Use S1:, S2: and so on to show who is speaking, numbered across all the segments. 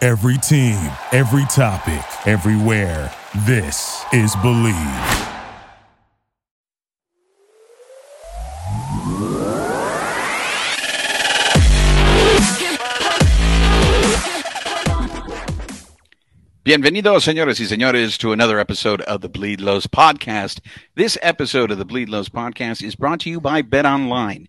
S1: Every team, every topic, everywhere. This is Believe.
S2: Bienvenidos, señores y señores, to another episode of the Bleed Lows podcast. This episode of the Bleed Lows podcast is brought to you by Bet Online.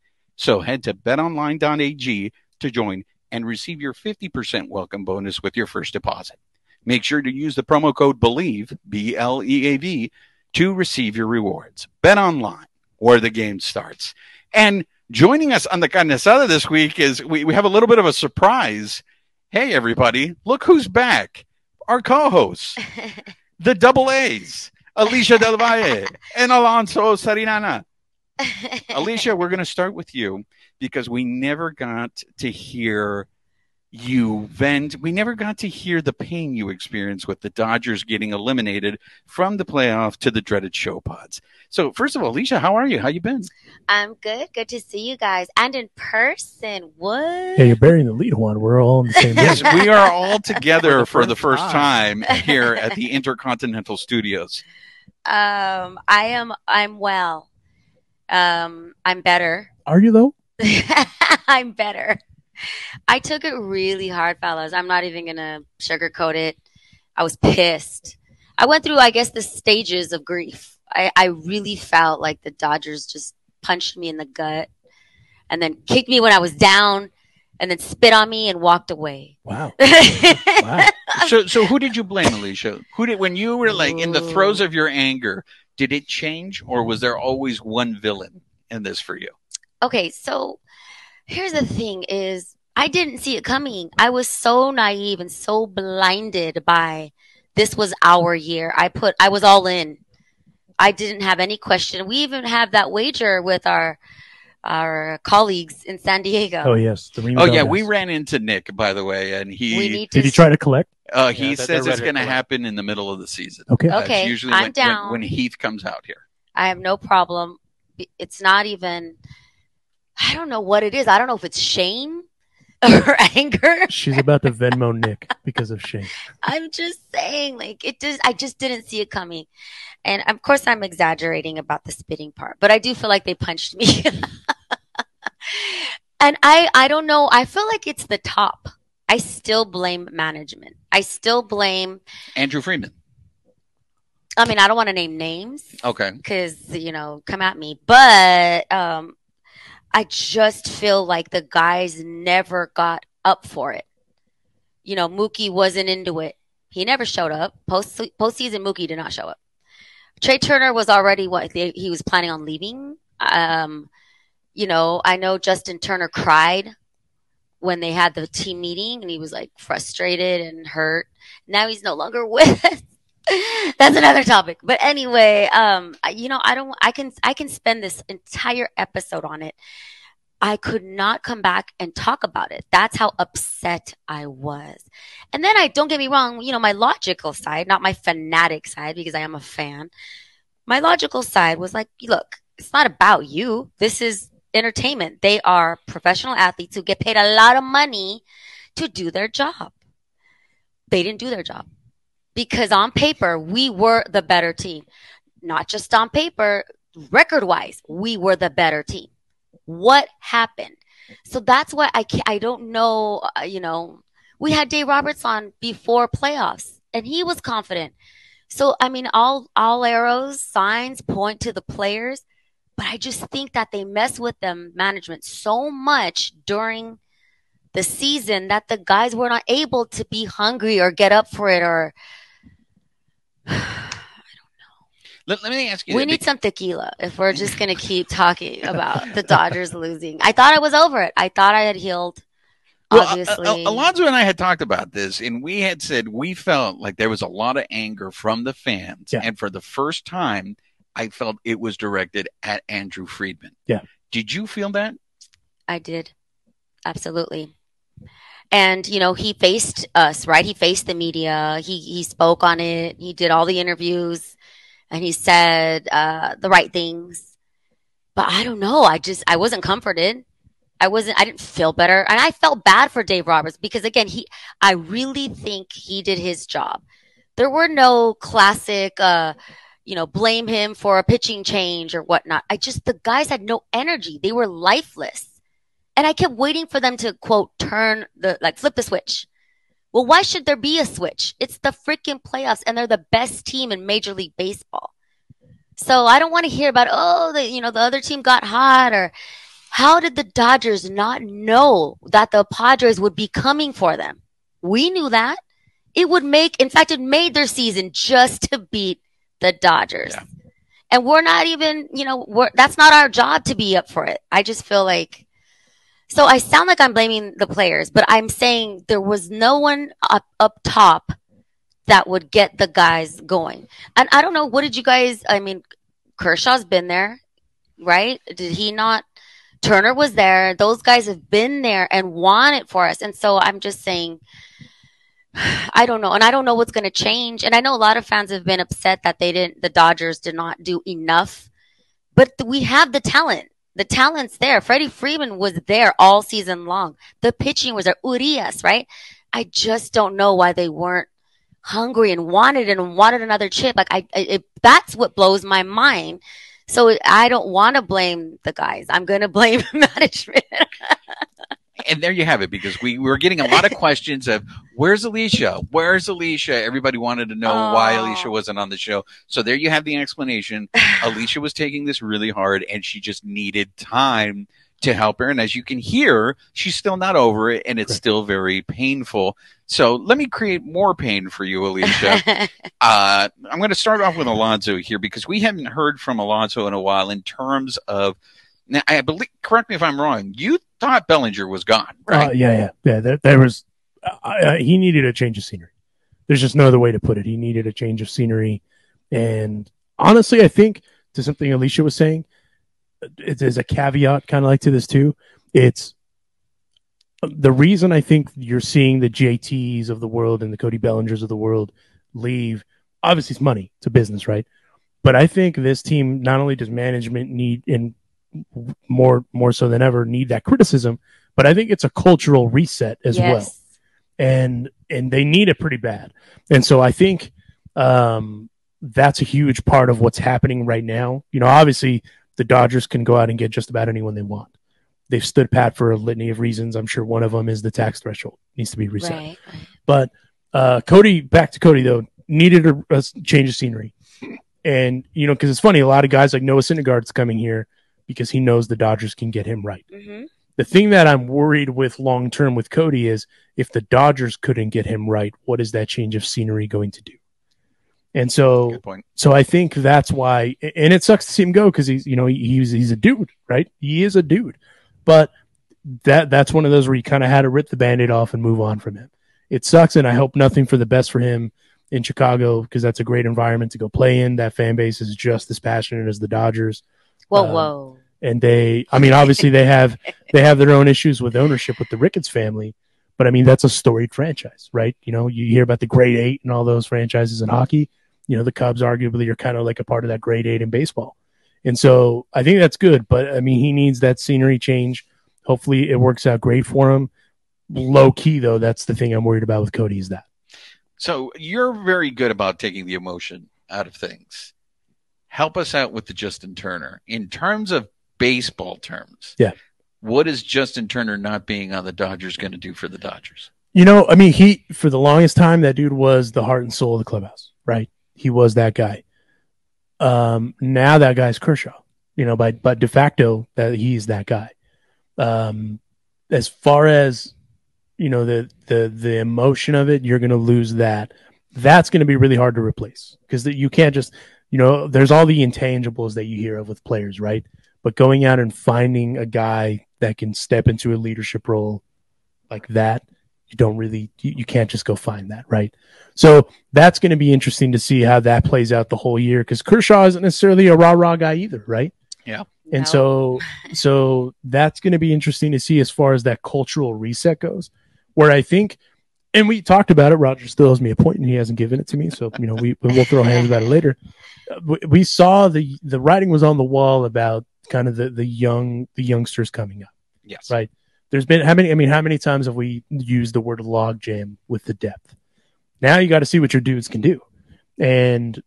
S2: So head to betonline.ag to join and receive your 50% welcome bonus with your first deposit. Make sure to use the promo code BELIEVE, B L E A V, to receive your rewards. Bet online, where the game starts. And joining us on the carne asada this week is we, we have a little bit of a surprise. Hey, everybody, look who's back. Our co hosts, the double A's, Alicia Del Valle and Alonso Sarinana. Alicia, we're going to start with you because we never got to hear you vent. We never got to hear the pain you experienced with the Dodgers getting eliminated from the playoff to the dreaded show pods. So, first of all, Alicia, how are you? How you been?
S3: I'm good. Good to see you guys. And in person. What?
S4: Hey, you're burying the lead, Juan. We're all in the same.
S2: Yes,
S4: boat.
S2: we are all together for the first
S4: first
S2: time here at the Intercontinental Studios.
S3: Um, I am I'm well. Um, I'm better.
S4: Are you though?
S3: I'm better. I took it really hard, fellas. I'm not even gonna sugarcoat it. I was pissed. I went through, I guess, the stages of grief. I, I really felt like the Dodgers just punched me in the gut and then kicked me when I was down and then spit on me and walked away.
S4: Wow.
S3: um,
S4: Wow.
S2: So, so who did you blame, Alicia? Who did when you were like in the throes of your anger? Did it change, or was there always one villain in this for you?
S3: okay so here's the thing is i didn't see it coming i was so naive and so blinded by this was our year i put i was all in i didn't have any question we even have that wager with our our colleagues in san diego
S4: Oh yes, the Reno
S2: Oh yeah,
S4: Dodgers.
S2: we ran into Nick by the way, and
S3: we
S2: he
S3: need
S4: Did
S3: to
S4: he try to collect?
S2: uh, he
S5: Yeah, that-
S2: says
S5: they're
S2: it's
S5: ready
S2: going to
S5: for that.
S2: happen in the middle of the season.
S4: Okay.
S2: That's
S3: Okay,
S2: usually
S3: I'm
S2: when,
S3: down.
S2: When, when Heath comes out here.
S3: I have no problem. It's not even, I don't know what it is. I don't know if it's shame or anger.
S4: She's about to Venmo Nick because of shame.
S3: I'm just saying, like, it just, I just didn't see it coming. And of course, I'm exaggerating about the spitting part, but I do feel like they punched me. and I, I don't know. I feel like it's the top. I still blame management. I still blame,
S2: Andrew Freeman.
S3: I mean, I don't want to name names.
S2: Okay.
S3: because you know come at me but um i just feel like the guys never got up for it you know mookie wasn't into it he never showed up post postseason mookie did not show up trey turner was already what they, he was planning on leaving um you know i know justin turner cried when they had the team meeting and he was like frustrated and hurt now he's no longer with us that's another topic but anyway um I- you know i don't i can i can spend this entire episode on it i could not come back and talk about it that's how upset i was and then i don't get me wrong you know my logical side not my fanatic side because i am a fan my logical side was like look it's not about you this is entertainment they are professional athletes who get paid a lot of money to do their job they didn't do their job because on paper we were the better team not just on paper record wise we were the better team what happened so that's why i ca- i don't know uh, you know we had dave roberts on before playoffs and he was confident so i mean all all arrows signs point to the players but i just think that they mess with them management so much during the season that the guys were not able to be hungry or get up for it or
S2: Let, let me ask you.
S3: we
S2: that
S3: need some tequila if we're just going to keep talking about the Dodgers losing. I thought I was over it. I thought I had healed.
S2: Well, uh,
S3: obviously.
S2: Al- Alonzo and I had talked about this, and we had said we felt like there was a lot of anger from the fans,
S4: Yeah.
S2: and for the first time, I felt it was directed at Andrew Friedman.
S4: Yeah.
S2: Did you feel that?
S3: I did. Absolutely. And you know, he faced us, right? He faced the media. He he spoke on it. He did all the interviews and he said uh the right things. But I don't know. I just I wasn't comforted. I wasn't I didn't feel better. And I felt bad for Dave Roberts because again, he I really think he did his job. There were no classic uh you know, blame him for a pitching change or whatnot. I just the guys had no energy. They were lifeless. And I kept waiting for them to quote turn the like flip the switch. Well, why should there be a switch? It's the freaking playoffs and they're the best team in Major League Baseball. So I don't want to hear about oh, the you know, the other team got hot or how did the Dodgers not know that the Padres would be coming for them? We knew that. It would make in fact it made their season just to beat the Dodgers.
S2: Yeah.
S3: And we're not even, you know, we're, that's not our job to be up for it. I just feel like so I sound like I'm blaming the players, but I'm saying there was no one up up top that would get the guys going. And I don't know what did you guys I mean Kershaw's been there, right? Did he not Turner was there. Those guys have been there and won it for us. And so I'm just saying I don't know. And I don't know what's going to change. And I know a lot of fans have been upset that they didn't the Dodgers did not do enough. But th- we have the talent the talent's there. Freddie Freeman was there all season long. The pitching was there. Urias, right? I just don't know why they weren't hungry and wanted and wanted another chip. Like I, I it, that's what blows my mind. So I don't want to blame the guys. I'm going to blame management.
S2: And there you have it, because we were getting a lot of questions of where's Alicia? Where's Alicia? Everybody wanted to know why
S3: Oh.
S2: Alicia wasn't on the show. So there you have the explanation. Alicia was taking this really hard and she just needed time to help her. And as you can hear, she's still not over it and it's
S4: Correct.
S2: still very painful. So let me create more pain for you, Alicia. uh, I'm going to start off with Alonzo here because we haven't heard from Alonzo in a while in terms of. Now, I believe, correct me if I'm wrong, you thought Bellinger was gone, right?
S4: Uh, yeah, yeah, yeah. There, there was. I, I, he needed a change of scenery. There's just no other way to put it. He needed a change of scenery, and honestly, I think to something Alicia was saying, it, there's a caveat kind of like to this too. It's the reason I think you're seeing the JTs of the world and the Cody Bellingers of the world leave. Obviously, it's money. It's a business, right? But I think this team not only does management need and more more so than ever need that criticism but I think it's a cultural reset as well,
S3: Yes.
S4: and and they need it pretty bad. And so I think um, that's a huge part of what's happening right now. You know, obviously the Dodgers can go out and get just about anyone they want. They've stood pat for a litany of reasons. I'm sure one of them is the tax threshold needs to be reset.
S3: Right.
S4: But uh, Cody, back to Cody though, needed a, a s- change of scenery, and you know because it's funny, a lot of guys like Noah Syndergaard's coming here because he knows the Dodgers can get him right
S3: hmm
S4: the thing that I'm worried with long term with Cody is if the Dodgers couldn't get him right, what is that change of scenery going to do? And so,
S2: Good point.
S4: so I think that's why, and it sucks to see him go because he's, you know, he- he's he's a dude, right? He is a dude, but that that's one of those where you kind of had to rip the band-aid off and move on from him. It sucks, and I hope nothing for the best for him in Chicago because that's a great environment to go play in. That fan base is just as passionate as the Dodgers
S3: Whoa,
S4: Um,
S3: whoa.
S4: and they i mean obviously they have they have their own issues with ownership with the ricketts family but i mean that's a storied franchise right you know you hear about the grade eight and all those franchises in hockey you know the cubs arguably are kind of like a part of that grade eight in baseball and so i think that's good but i mean he needs that scenery change hopefully it works out great for him low key though that's the thing i'm worried about with cody is that
S2: So you're very good about taking the emotion out of things. Help us out with the Justin Turner in terms of baseball terms.
S4: Yeah.
S2: What is Justin Turner not being on the Dodgers going to do for the Dodgers?
S4: You know, I mean, he for the longest time that dude was the heart and soul of the clubhouse, right? He was that guy. Um, now that guy's Kershaw. You know, by but de facto that he's that guy. Um, as far as you know, the the the emotion of it, you're going to lose that. That's going to be really hard to replace because you can't just, you know, there's all the intangibles that you hear of with players, right? But going out and finding a guy that can step into a leadership role like that, you don't really you, you can't just go find that, right? So that's going to be interesting to see how that plays out the whole year because Kershaw isn't necessarily a rah rah guy either, right? And
S3: No.
S4: so so that's going to be interesting to see as far as that cultural reset goes. Where I think and we talked about it. Roger still owes me a point, and he hasn't given it to me. So you know, we we'll throw hands about it later. Uh, We, we saw the the writing was on the wall about kind of the the young the youngsters coming up
S2: Yes.
S4: Right. there's been how many i mean how many times have we used the word logjam with the depth now you got to see what your dudes can do and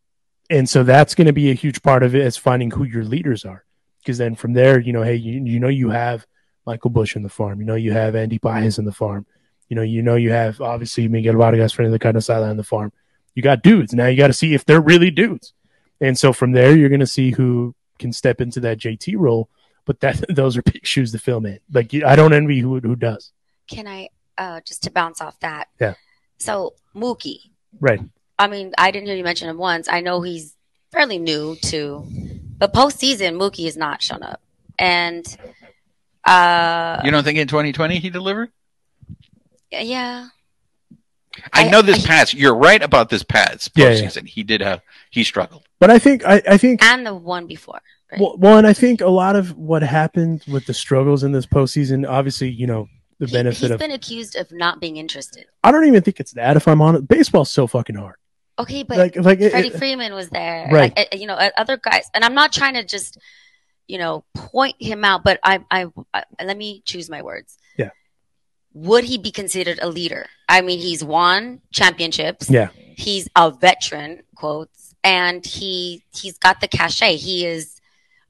S4: and so that's going to be a huge part of it is finding who your leaders are because then from there you know hey you, you know you have michael bush in the farm you know you have andy Baez in the farm you know you know you have obviously miguel vargas friend of the kind of sideline in the farm you got dudes now you got to see if they're really dudes and so from there you're going to see who can step into that jt role but that those are big shoes to fill, man. Like you, I don't envy who who does.
S3: Can I uh, just to bounce off that?
S4: Yeah.
S3: So Mookie,
S4: Right.
S3: I mean, I didn't hear you mention him once. I know he's fairly new to, but postseason Mookie has not shown up, and uh,
S2: You don't think in 2020 he delivered?
S3: yeah,
S2: I,
S3: I-
S2: know this
S3: I-
S2: pass. You're right about this pass
S4: Yeah, yeah.
S2: postseason. He did have he struggled.
S4: But I think I, I think
S3: and the one before. right?
S4: well, well, and I think a lot of what happened with the struggles in this postseason, obviously, you know, the
S3: He-
S4: benefit
S3: he's
S4: of
S3: been accused of not being interested.
S4: I don't even think it's that. If I'm honest, baseball's so fucking hard.
S3: Okay, but
S4: like like it-
S3: Freddie
S4: it-
S3: Freeman was there.
S4: Right.
S3: Like, uh, you know, uh, other guys. And I'm not trying to just, you know, point him out, but I, I, I let me choose my words.
S4: Yeah.
S3: Would he be considered a leader? I mean, he's won championships.
S4: Yeah.
S3: He's a veteran, quotes, and he he's got the cachet. He is.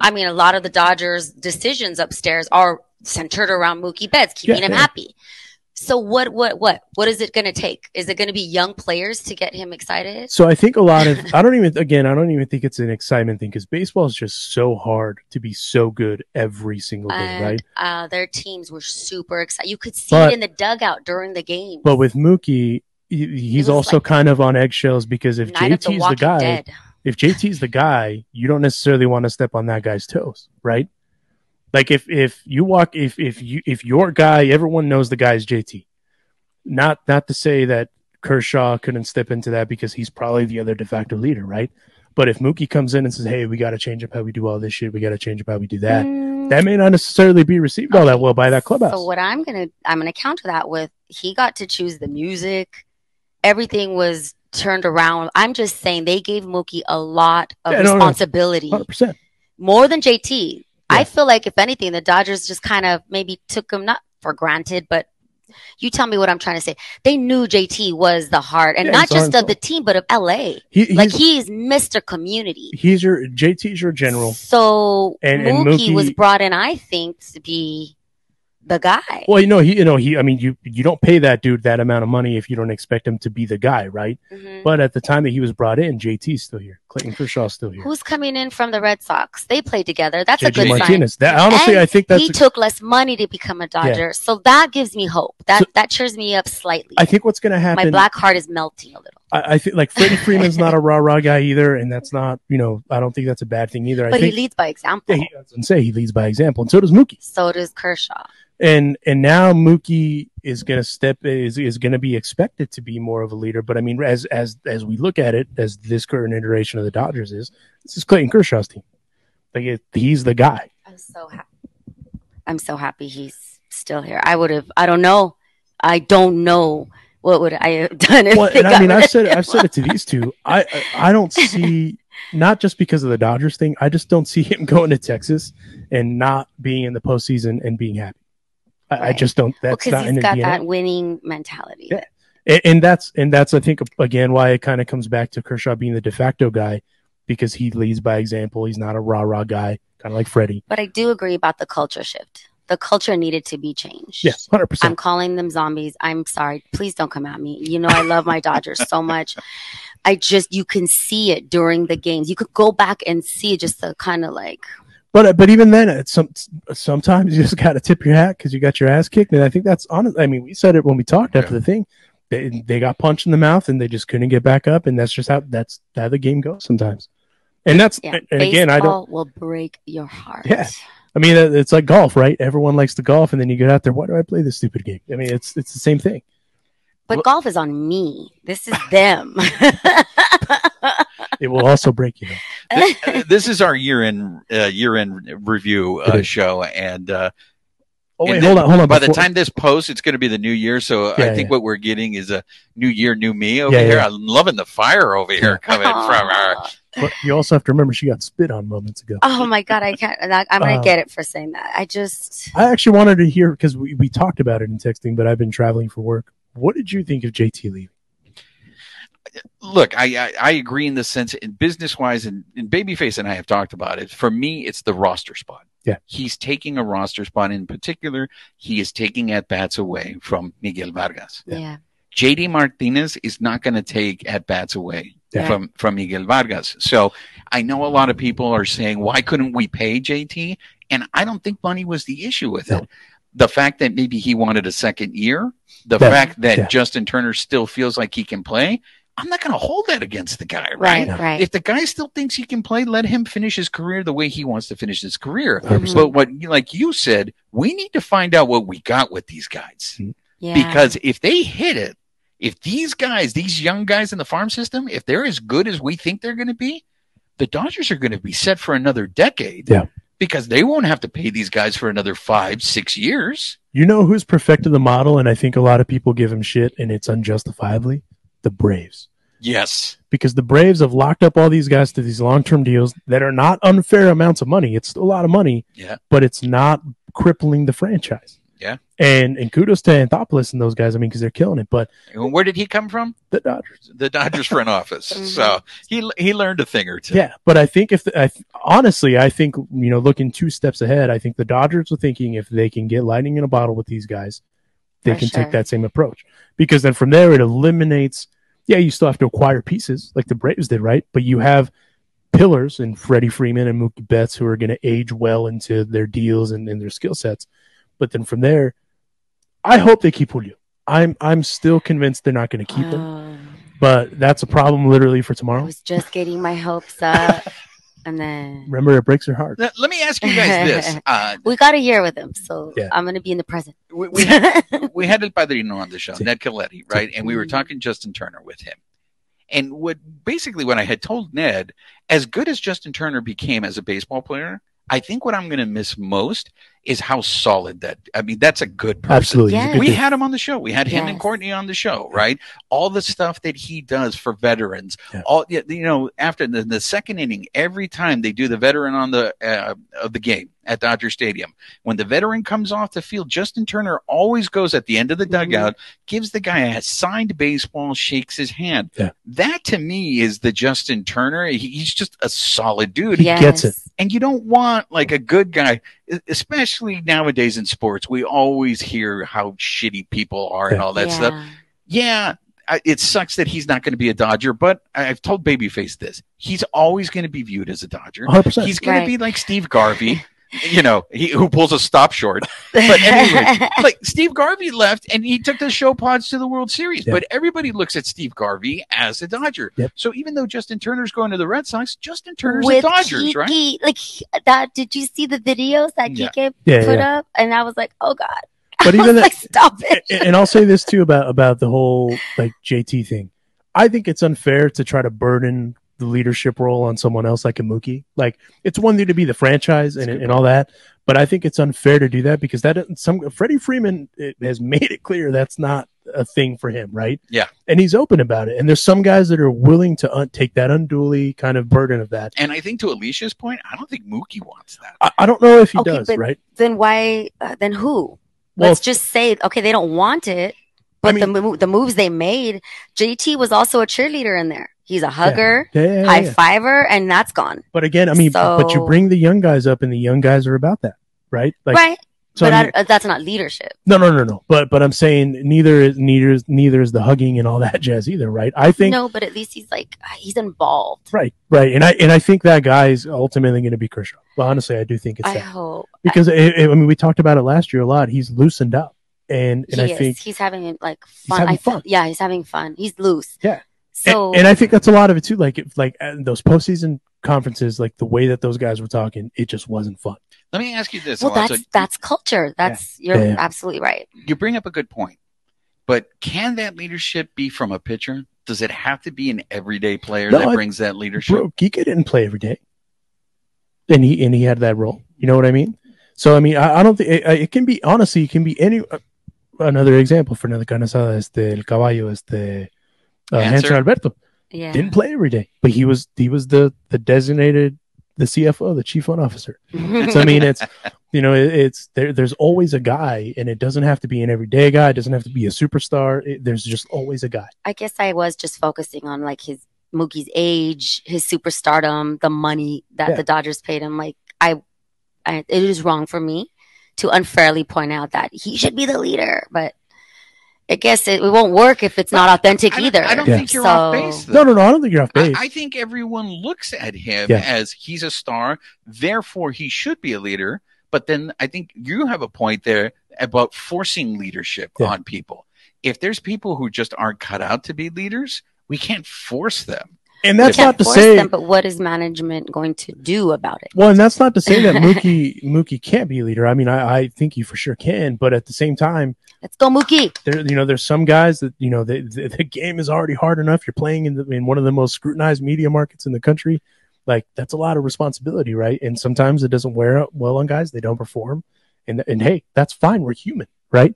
S3: I mean, a lot of the Dodgers' decisions upstairs are centered around Mookie Betts, keeping
S4: Yeah,
S3: him
S4: yeah.
S3: happy. So what, what, what, what is it going to take? Is it going to be young players to get him excited?
S4: So I think a lot of I don't even again I don't even think it's an excitement thing because baseball is just so hard to be so good every single day,
S3: and
S4: right?
S3: uh, their teams were super excited. You could see
S4: But-
S3: it in the dugout during the game.
S4: But with Mookie, he- he's
S3: was
S4: also
S3: like-
S4: kind of on eggshells because if JT's the, guy, if JT's the guy, you don't necessarily want to step on that guy's toes, right? Like if if you walk if if you if your guy, everyone knows the guy's JT. Not not to say that Kershaw couldn't step into that because he's probably the other de facto leader, right? But if Mookie comes in and says, "Hey, we got to change up how we do all this shit. We got to change up how we do that,"
S3: Mm,
S4: that may not necessarily be received all that well by that clubhouse.
S3: So what I'm gonna I'm gonna counter that with he got to choose the music. Everything was turned around. I'm just saying they gave Mookie a lot of
S4: Yeah, no, no.
S3: responsibility,
S4: Hundred percent.
S3: more than JT.
S4: Yeah.
S3: I feel like if anything, the Dodgers just kind of maybe took him not for granted, but. You tell me what I'm trying to say. They knew JT was the heart, and
S4: Yeah,
S3: not
S4: he's the heart
S3: just
S4: and
S3: of
S4: soul.
S3: the team, but of LA.
S4: He, he's,
S3: like he's Mr. Community.
S4: he's your JT's your general.
S3: So
S4: And- and
S3: Mookie,
S4: Mookie-
S3: was brought in, I think, to be the guy.
S4: Well, you know, he, you know, he, I mean, you, you don't pay that dude that amount of money if you don't expect him to be the guy, right?
S3: Mhm.
S4: But at the time that he was brought in, JT's still here. Clayton Kershaw's still here.
S3: Who's coming in from the Red Sox? They play together. That's a
S4: JJ
S3: good sign.
S4: Martinez. That honestly,
S3: And
S4: I think that's,
S3: he took less money to become a Dodger, so that gives me hope. That that cheers me up slightly.
S4: I think what's going to
S3: My
S4: happen.
S3: black heart is melting a little,
S4: I, I think like Freddie Freeman's not a rah rah guy either. And that's not, you know, I don't think that's a bad thing either. I
S3: but he
S4: think,
S3: leads by example.
S4: yeah, he doesn't say he leads by example. And so does Mookie.
S3: so does Kershaw.
S4: and and now Mookie is going to step is is going to be expected to be more of a leader. But I mean, as as as we look at it, as this current iteration of the Dodgers is, this is Clayton Kershaw's team. Like it, he's the guy.
S3: I'm so happy. I'm so happy he's still here. I would have. I don't know. I don't know what would I have done if
S4: Well,
S3: they
S4: and I
S3: got
S4: mean,
S3: rid
S4: I've
S3: of
S4: said
S3: him.
S4: I've said it to these two. I I I don't see not just because of the Dodgers thing. I just don't see him going to Texas and not being in the postseason and being happy. I, I
S3: Right.
S4: just don't.
S3: Well,
S4: That's
S3: because
S4: not
S3: he's
S4: in the
S3: got
S4: DNA.
S3: that winning mentality.
S4: Yeah. and, and that's and that's I think again why it kind of comes back to Kershaw being the de facto guy because he leads by example. He's not a rah rah guy, kind of like Freddie.
S3: But I do agree about the culture shift. The culture needed to be changed.
S4: Yes, hundred
S3: I'm
S4: percent.
S3: calling them zombies. I'm sorry. Please don't come at me. You know I love my Dodgers so much. I just you can see it during the games. You could go back and see just the kind of like
S4: But but even then, it's some sometimes you just got to tip your hat because you got your ass kicked. And I think that's honest. I mean, we said it when we talked after the thing. They, they got punched in the mouth and they just couldn't get back up. And that's just how that's how the game goes sometimes. And that's
S3: yeah.
S4: and again I don't
S3: Baseball will break your heart.
S4: Yeah. I mean, uh, it's like golf, right? Everyone likes to golf, and then you get out there. Why do I play this stupid game? I mean, it's it's the same thing.
S3: But
S2: Well-
S3: golf is on me. This is them.
S4: It will also break you.
S2: Th- uh, this is our year in uh, year in review
S4: It
S2: uh,
S4: is.
S2: show, and uh,
S4: Oh wait,
S2: And
S4: hold on, hold on.
S2: by the
S4: before-
S2: time this posts, it's going to be the new year. So
S4: Yeah,
S2: I think
S4: yeah.
S2: what we're getting is a new year, new me over
S4: Yeah,
S2: here.
S4: yeah.
S2: I'm loving the fire over here coming from her.
S3: Aw.
S4: but you also have to remember she got spit on moments ago.
S3: Oh my god, I can't. I, I'm gonna
S4: Uh,
S3: get it for saying that. I just
S4: I actually wanted to hear because we, we talked about it in texting, but I've been traveling for work. What did you think of JT leaving?
S2: Look, I, I I agree in the sense in business wise, and, and Babyface and I have talked about it. For me, it's the roster spot.
S4: Yeah.
S2: he's taking a roster spot. In particular, he is taking at bats away from Miguel Vargas.
S4: Yeah.
S3: yeah.
S2: JD Martinez is not going to take at bats away
S3: Yeah.
S2: from, from Miguel Vargas. So I know a lot of people are saying, why couldn't we pay JT? And I don't think money was the issue with
S4: No.
S2: it. The fact that maybe he wanted a second year, the
S4: Yeah.
S2: fact that
S4: Yeah.
S2: Justin Turner still feels like he can play, I'm not going to hold that against the guy, right?
S3: Right,
S4: Yeah.
S3: right.
S2: If the guy still thinks he can play, let him finish his career the way he wants to finish his career.
S3: Mm-hmm.
S4: 100%.
S2: But what, like you said, we need to find out what we got with these guys
S3: yeah.
S2: because if they hit it, if these guys, these young guys in the farm system, if they're as good as we think they're going to be, the Dodgers are going to be set for another decade.
S4: Yeah.
S2: Because they won't have to pay these guys for another five, six years.
S4: You know who's perfected the model, and I think a lot of people give him shit, and it's unjustifiably the Braves.
S2: Yes.
S4: Because the Braves have locked up all these guys to these long term deals that are not unfair amounts of money. It's a lot of money,
S2: Yeah.
S4: but it's not crippling the franchise.
S2: Yeah.
S4: And and kudos to Anthopoulos and those guys, I mean, because they're killing it. But
S2: And where did he come from?
S4: the uh, Dodgers.
S2: The Dodgers front office. So he he learned a thing or two.
S4: Yeah, but I think if the, I th- honestly, I think you know, looking two steps ahead, I think the Dodgers are thinking if they can get lightning in a bottle with these guys, they
S3: For
S4: can
S3: sure.
S4: take that same approach because then from there it eliminates. Yeah, you still have to acquire pieces like the Braves did, right? But you have pillars in Freddie Freeman and Mookie Betts who are going to age well into their deals and, and their skill sets. But then from there, I hope they keep Julio. I'm I'm still convinced they're not going to keep him,
S3: Oh,
S4: but that's a problem literally for
S3: I
S4: tomorrow.
S3: was just getting my hopes up, and then
S4: Remember, it breaks your heart.
S2: Let, let me ask you guys this. Uh,
S3: we got a year with him, so
S4: Yeah.
S3: I'm gonna be in the present.
S2: we, we, we had El Padrino on the show,
S4: Sí.
S2: Ned Coletti, right? And we were talking Justin Turner with him. And what basically what I had told Ned, as good as Justin Turner became as a baseball player, I think what I'm going to miss most is how solid that. I mean, that's a good person.
S4: Absolutely. he's a
S3: Yeah.
S4: good
S2: We
S4: dude.
S2: had him on the show. We had him and
S3: Yes.
S2: Courtney on the show, right? All the stuff that he does for veterans.
S4: Yeah.
S2: All you know, after the, the second inning, every time they do the veteran on the uh, of the game at Dodger Stadium, when the veteran comes off the field, Justin Turner always goes at the end of the
S3: Mhm.
S2: dugout, gives the guy a signed baseball, shakes his hand.
S4: Yeah.
S2: That to me is the Justin Turner. He, he's just a solid dude
S4: he gets it.
S2: and you don't want like a good guy, e- especially nowadays in sports. We always hear how shitty people are and all that stuff. Yeah, I, it sucks that he's not going to be a Dodger, but I, I've told Babyface this: he's always going to be viewed as a Dodger.
S4: 100%.
S2: He's going
S3: Right.
S2: to be like Steve Garvey, you know, he, who pulls a stop short But anyway, like Steve Garvey left and he took the show pods to the World Series,
S4: Yeah.
S2: but everybody looks at Steve Garvey as a Dodger.
S4: Yep.
S2: So even though Justin Turner's going to the Red Sox, Justin Turner's
S3: with
S2: a Dodgers, right?
S3: Kiki, like he- that. Did you see the videos that
S2: Yeah.
S3: Kike
S4: Yeah,
S3: put
S4: yeah.
S3: up? And I was like, oh god.
S4: But
S3: I was
S4: even that-
S3: like, stop it.
S4: And- and I'll say this too about about the whole like JT thing. I think it's unfair to try to burden the leadership role on someone else like a Mookie. Like it's one thing to be the franchise and, and all that, but I think it's unfair to do that because that doesn't- some Freddie Freeman it, has made it clear that's not a thing for him, right?
S2: Yeah.
S4: and he's open about it. And there's some guys that are willing to un- take that unduly kind of burden of that.
S2: And I think to Alicia's point, I don't think Mookie wants that.
S4: I, I don't know if he
S3: Okay,
S4: does,
S3: but-
S4: right?
S3: then why? Uh, then who?
S4: Well,
S3: Let's just say okay, they don't want it, but the mo- the moves they made. JT was also a cheerleader in there. He's a hugger,
S4: yeah, yeah,
S3: high
S4: yeah.
S3: fiver, and that's gone.
S4: But again, I mean, but you
S3: So-
S4: bring the young guys up, and the young guys are about that, right? Like,
S3: right?
S4: so
S3: but
S4: I mean,
S3: I, that's not leadership.
S4: no, no, no, no. But but I'm saying neither is neither is neither is the hugging and all that jazz either, right? I think
S3: no, but at least he's like ah, he's involved.
S4: right, right, and I and I think that guy is ultimately going to be Kershaw. Well, honestly, I do think it's
S3: I
S4: that
S3: hope
S4: because it, it- I mean we talked about it last year a lot. He's loosened up, and
S3: he
S4: and I
S3: is.
S4: think
S3: he's having like fun.
S4: having
S3: I feel-
S4: fun.
S3: Yeah, he's having fun. He's loose.
S4: Yeah. and,
S3: So
S4: and I think that's a lot of it too. Like if, like uh, those postseason conferences, like the way that those guys were talking, it just wasn't fun.
S2: Let me ask you this.
S3: Well,
S2: Alonzo.
S3: that's that's culture. That's you're
S4: Yeah.
S3: absolutely right.
S2: you bring up a good point, but can that leadership be from a pitcher? Does it have to be an everyday player
S4: No,
S2: that
S4: I-
S2: brings that leadership?
S4: Bro, Giga didn't play every day, and he and he had that role. You know what I mean? So I mean, I, I don't think it, it can be honestly. It can be any uh, another example. Fernando Canasada, este el caballo, este uh,
S2: Hanser.
S4: Hanser Alberto
S3: Yeah.
S4: didn't play every day, but he was he was the the designated the CFO, the chief fun officer.
S3: Mm-hmm.
S4: So I mean, it's you know, it, it's there. There's always a guy, and it doesn't have to be an everyday guy. It doesn't have to be a superstar. It- there's just always a guy.
S3: I guess I was just focusing on like his Mookie's age, his superstardom, the money that
S4: Yeah.
S3: the Dodgers paid him. Like I, I, it is wrong for me to unfairly point out that he should be the leader, but I guess it, it won't work if it's not authentic
S2: I don't,
S3: either.
S2: I don't think you're
S3: So-
S2: off base.
S4: No,
S2: Though.
S4: no, no. I don't think you're off
S2: I,
S4: base.
S2: I think everyone looks at him
S4: Yeah.
S2: as he's a star, therefore he should be a leader. But then I think you have a point there about forcing leadership
S4: Yeah.
S2: on people. If there's people who just aren't cut out to be leaders, we can't force them.
S4: and
S3: You
S4: that's
S3: can't
S4: not to
S3: force
S4: say.
S3: them, but what is management going to do about it?
S4: Well, and that's not to say that Mookie Mookie can't be a leader. I mean, I, I think he for sure can, but at the same time,
S3: Let's go, Mookie.
S4: there you know, there's some guys that you know the, the, the game is already hard enough. You're playing in, the, in one of the most scrutinized media markets in the country. Like that's a lot of responsibility, right? And sometimes it doesn't wear out well on guys. They don't perform, and and hey, that's fine. We're human, right?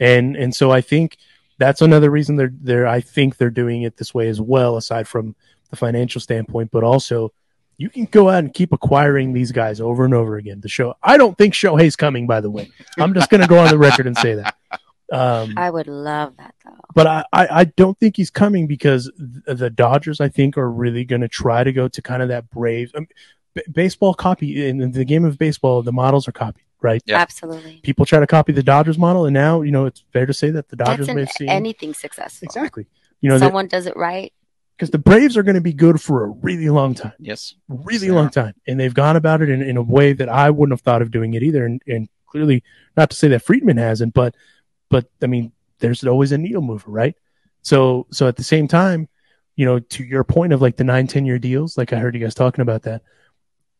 S4: And and so I think that's another reason they're they're I think they're doing it this way as well. Aside from the financial standpoint, but also you can go out and keep acquiring these guys over and over again. The show, I don't think Shohei's coming. By the way, I'm just going to go on the record and say that. Um,
S3: I would love that though.
S4: but I, I, I don't think he's coming because th- the Dodgers, I think, are really going to try to go to kind of that brave um, b- baseball copy. In the game of baseball, the models are copied, right?
S2: Yeah.
S3: Absolutely.
S4: People try to copy the Dodgers model, and now you know it's fair to say that the Dodgers
S3: That's
S4: may
S3: in
S4: have seen
S3: anything successful.
S4: exactly. You know,
S3: Someone does it right.
S4: because the Braves are going to be good for a really long time
S2: Yes.
S4: really
S2: Fair.
S4: long time. And they've gone about it in, in a way that I wouldn't have thought of doing it either. And, and clearly, not to say that Friedman hasn't, but but I mean, there's always a needle mover, right? So so at the same time, you know, to your point of like the nine, 10 year deals, like I heard you guys talking about that,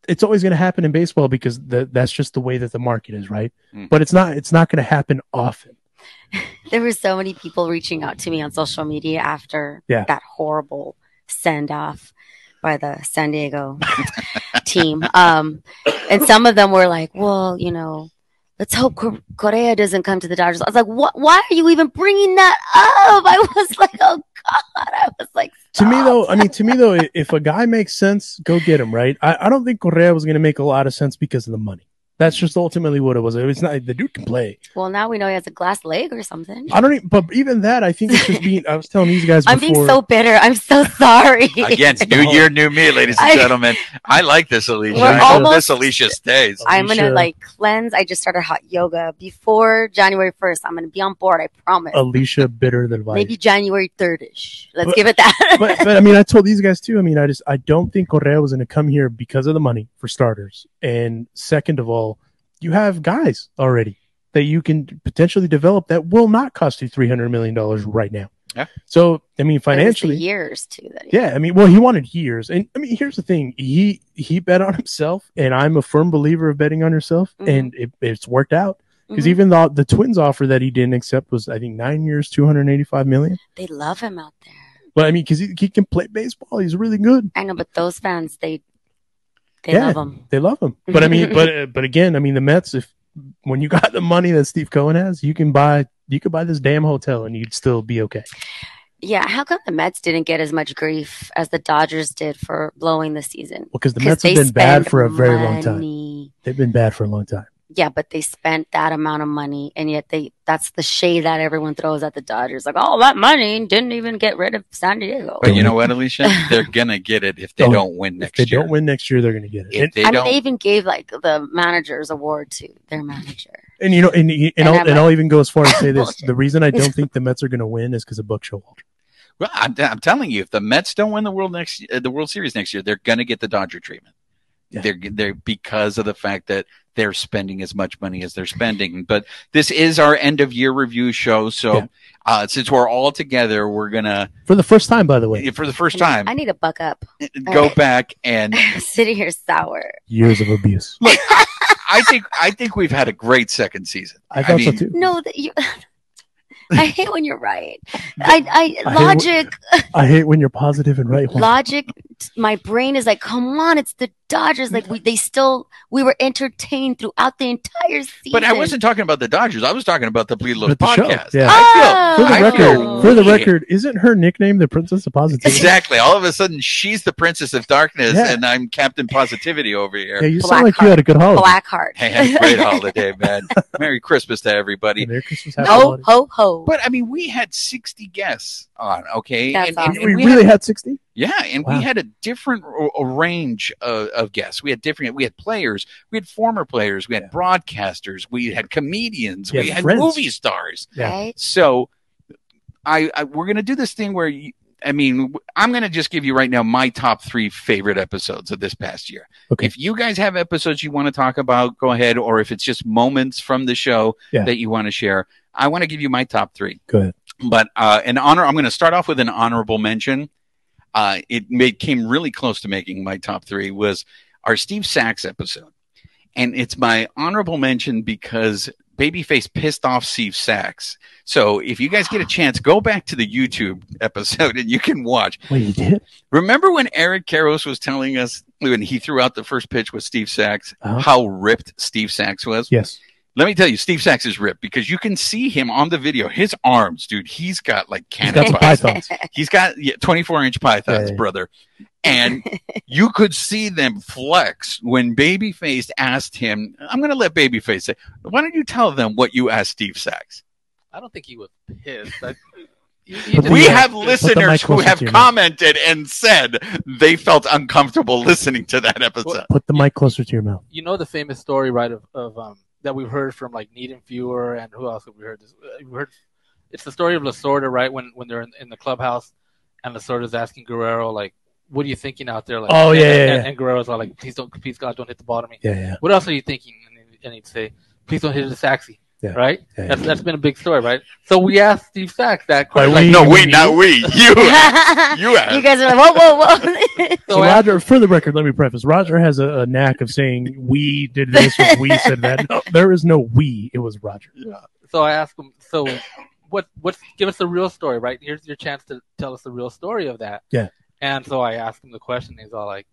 S4: it's always going to happen in baseball because the, that's just the way that the market is, right?
S2: Mm.
S4: But it's not it's not going to happen often.
S3: there were so many people reaching out to me on social media after
S4: Yeah.
S3: that horrible send off by the San Diego team. Um, and some of them were like, well, you know, let's hope Cor- Correa doesn't come to the Dodgers. I was like, what? Why are you even bringing that up? I was like, oh God. I was like,
S4: To me
S3: stop.
S4: though, I mean, to me though, i- if a guy makes sense, go get him, right? I, I don't think Correa was going to make a lot of sense because of the money. That's just ultimately what it was. It's not the dude can play.
S3: well, now we know he has a glass leg or something.
S4: I don't, even, but even that, I think it's just being. I was telling these guys before.
S3: I'm being so bitter. I'm so sorry.
S2: Again, new year, new me, ladies
S3: I-
S2: and gentlemen. I like this Alicia.
S3: We're
S2: I hope
S3: almost-
S2: this Alicia stays.
S3: I'm gonna
S4: Alicia.
S3: like cleanse. I just started hot yoga before January 1st. I'm gonna be on board. I promise.
S4: Alicia Bitter than Vice.
S3: Maybe January 3rd-ish. Let's
S4: But-
S3: give it that.
S4: but, but I mean, I told these guys too. I mean, I just I don't think Correa was going to come here because of the money for starters, and second of all, you have guys already that you can potentially develop that will not cost you three hundred million dollars right now.
S2: Yeah.
S4: So I mean,
S3: It was the
S4: financially,
S3: years too. That
S4: Yeah, I mean, well, he wanted years, and I mean, here's the thing: he he bet on himself, and I'm a firm believer of betting on yourself,
S3: Mhm.
S4: and it, it's worked out because
S3: Mhm.
S4: even the the Twins offer that he didn't accept was, I think, nine years, two hundred eighty-five million.
S3: they love him out there.
S4: But I mean, because he, he can play baseball, he's really good.
S3: I know, but those fans, they they
S4: Yeah.
S3: love him.
S4: They love him. But I mean, but uh, but again, I mean, the Mets, if when you got the money that Steve Cohen has, you can buy you could buy this damn hotel, and you'd still be okay.
S3: Yeah. How come the Mets didn't get as much grief as the Dodgers did for blowing the season?
S4: Well, because the
S3: 'Cause
S4: Mets have
S3: they
S4: been bad
S3: spend
S4: for a very long time.
S3: money.
S4: They've been bad for a long time.
S3: Yeah, but they spent that amount of money, and yet they—that's the shade that everyone throws at the Dodgers. Like, all that money didn't even get rid of San Diego.
S2: But you know what, Alicia? They're gonna get it if they
S4: Don't-
S2: don't win
S4: If
S2: next
S4: they
S2: year.
S4: don't win next year, they're going to get it.
S2: if
S4: And-
S2: they
S3: I mean,
S2: don't
S3: they even gave like the manager's award to their manager.
S4: And you know, and and,
S3: And
S4: I'll,
S3: I'm
S4: and
S3: like-
S4: I'll even go as far as say this:
S3: Bullshit.
S4: the reason I don't think the Mets are going to win is because of Buck Showalter.
S2: Well, I'm, I'm telling you, if the Mets don't win the world next uh, the World Series next year, they're going to get the Dodger treatment.
S4: Yeah.
S2: They're they're because of the fact that they're spending as much money as they're spending. But this is our end of year review show, so
S4: Yeah.
S2: uh, since we're all together, we're gonna
S4: For the first time, by the way,
S2: for the first
S3: I need-
S2: time
S3: I need to buck up.
S2: go back and
S3: Sitting here sour.
S4: years of abuse.
S2: look. I think I think we've had a great second season.
S4: I thought
S2: mean,
S4: so too.
S3: No, that you. I hate when you're right. I,
S4: I
S3: I
S4: hate when-
S3: logic,
S4: I hate when you're positive and right. Juan.
S3: logic. My brain is like, come on, it's the Dodgers. Like we, they still, we were entertained throughout the entire season.
S2: But I wasn't talking about the Dodgers. I was talking about the Bleed Love
S4: But the show,
S2: podcast.
S4: yeah.
S2: I
S4: For
S2: feel,
S4: the
S2: I
S4: record,
S2: feel
S4: for the
S2: weird.
S4: record, isn't her nickname the Princess of Positivity?
S2: Exactly. All of a sudden, she's the Princess of Darkness,
S4: Yeah.
S2: and I'm Captain Positivity over here.
S4: Yeah, you
S3: Black
S4: sound like you had a good holiday.
S3: Blackheart.
S2: Hey, have a great holiday, man. Merry Christmas to everybody.
S4: And there Christmas happy
S3: ho
S4: holidays.
S3: ho ho.
S2: But I mean, we had 60 guests on, okay?
S3: That's
S2: and, and-
S3: awesome.
S2: and
S4: we,
S2: we
S4: really
S2: had,
S4: had sixty.
S2: yeah, and
S4: Wow.
S2: we had a different r- a range of, of guests. We had different, we had players, we had former players, we had
S4: Yeah.
S2: broadcasters, we had comedians,
S4: Yeah,
S2: we had
S4: friends.
S2: movie stars.
S4: yeah.
S3: Right?
S2: So, I, I we're gonna do this thing where you, I mean, I'm gonna just give you right now my top three favorite episodes of this past year.
S4: Okay.
S2: If you guys have episodes you want to talk about, go ahead. Or if it's just moments from the show
S4: Yeah.
S2: that you want to share, I want to give you my top three.
S4: Go ahead.
S2: But uh, an honor, I'm gonna start off with an honorable mention. Uh, it made came really close to making my top three was our Steve Sachs episode, and it's my honorable mention because Babyface pissed off Steve Sachs. So if you guys get a chance, go back to the YouTube episode and you can watch.
S4: Wait, you did?
S2: Remember when Eric Karros was telling us when he threw out the first pitch with Steve Sachs,
S4: Uh-huh.
S2: how ripped Steve Sachs was?
S4: Yes.
S2: Let me tell you, Steve Sachs is ripped because you can see him on the video. His arms, dude, he's got like
S4: He's
S2: cannon
S4: got some
S2: biceps
S4: pythons.
S2: he's got yeah, 24 inch pythons,
S4: Yeah.
S2: brother. And you could see them flex when Babyface asked him, I'm going to let Babyface say, why don't you tell them what you asked Steve Sacks?
S5: I don't think he was pissed. I, he- he
S4: But
S5: just-
S2: We
S4: Yeah.
S2: have listeners
S4: mic
S2: who
S4: closer
S2: have
S4: to your mouth.
S2: commented and said they felt uncomfortable listening to that episode.
S4: Put the mic closer to your mouth.
S5: you know the famous story, right? Of, of um that we've heard from like Need and Fewer and who else have we heard? This? uh, We heard it's the story of Lasorda, right? When when they're in, in the clubhouse and Lasorda's asking Guerrero like, "What are you thinking out there?" Like,
S4: Oh, yeah,
S5: and,
S4: yeah,
S5: and,
S4: yeah.
S5: and Guerrero's all like, "Please don't, please God, don't hit the bottom of me."
S4: Yeah, yeah,
S5: What else are you thinking? And, he- and he'd say, "Please don't hit the Saxy."
S4: Yeah.
S5: Right?
S4: yeah, yeah.
S5: That's that's been a big story, right? So we asked Steve Sachs that question.
S4: we-
S5: like,
S2: No, we, not we. You.
S3: you
S2: You asked.
S3: guys are like, whoa, whoa, whoa.
S5: so
S4: So
S5: after-
S4: Roger, for the record, let me preface: Roger has a, a knack of saying "we did this" or "we said that." No, there is no "we." It was Roger.
S5: so I asked him, so what? What's give us the real story, right? Here's your chance to tell us the real story of that.
S4: Yeah.
S5: And so I asked him the question. He's all like,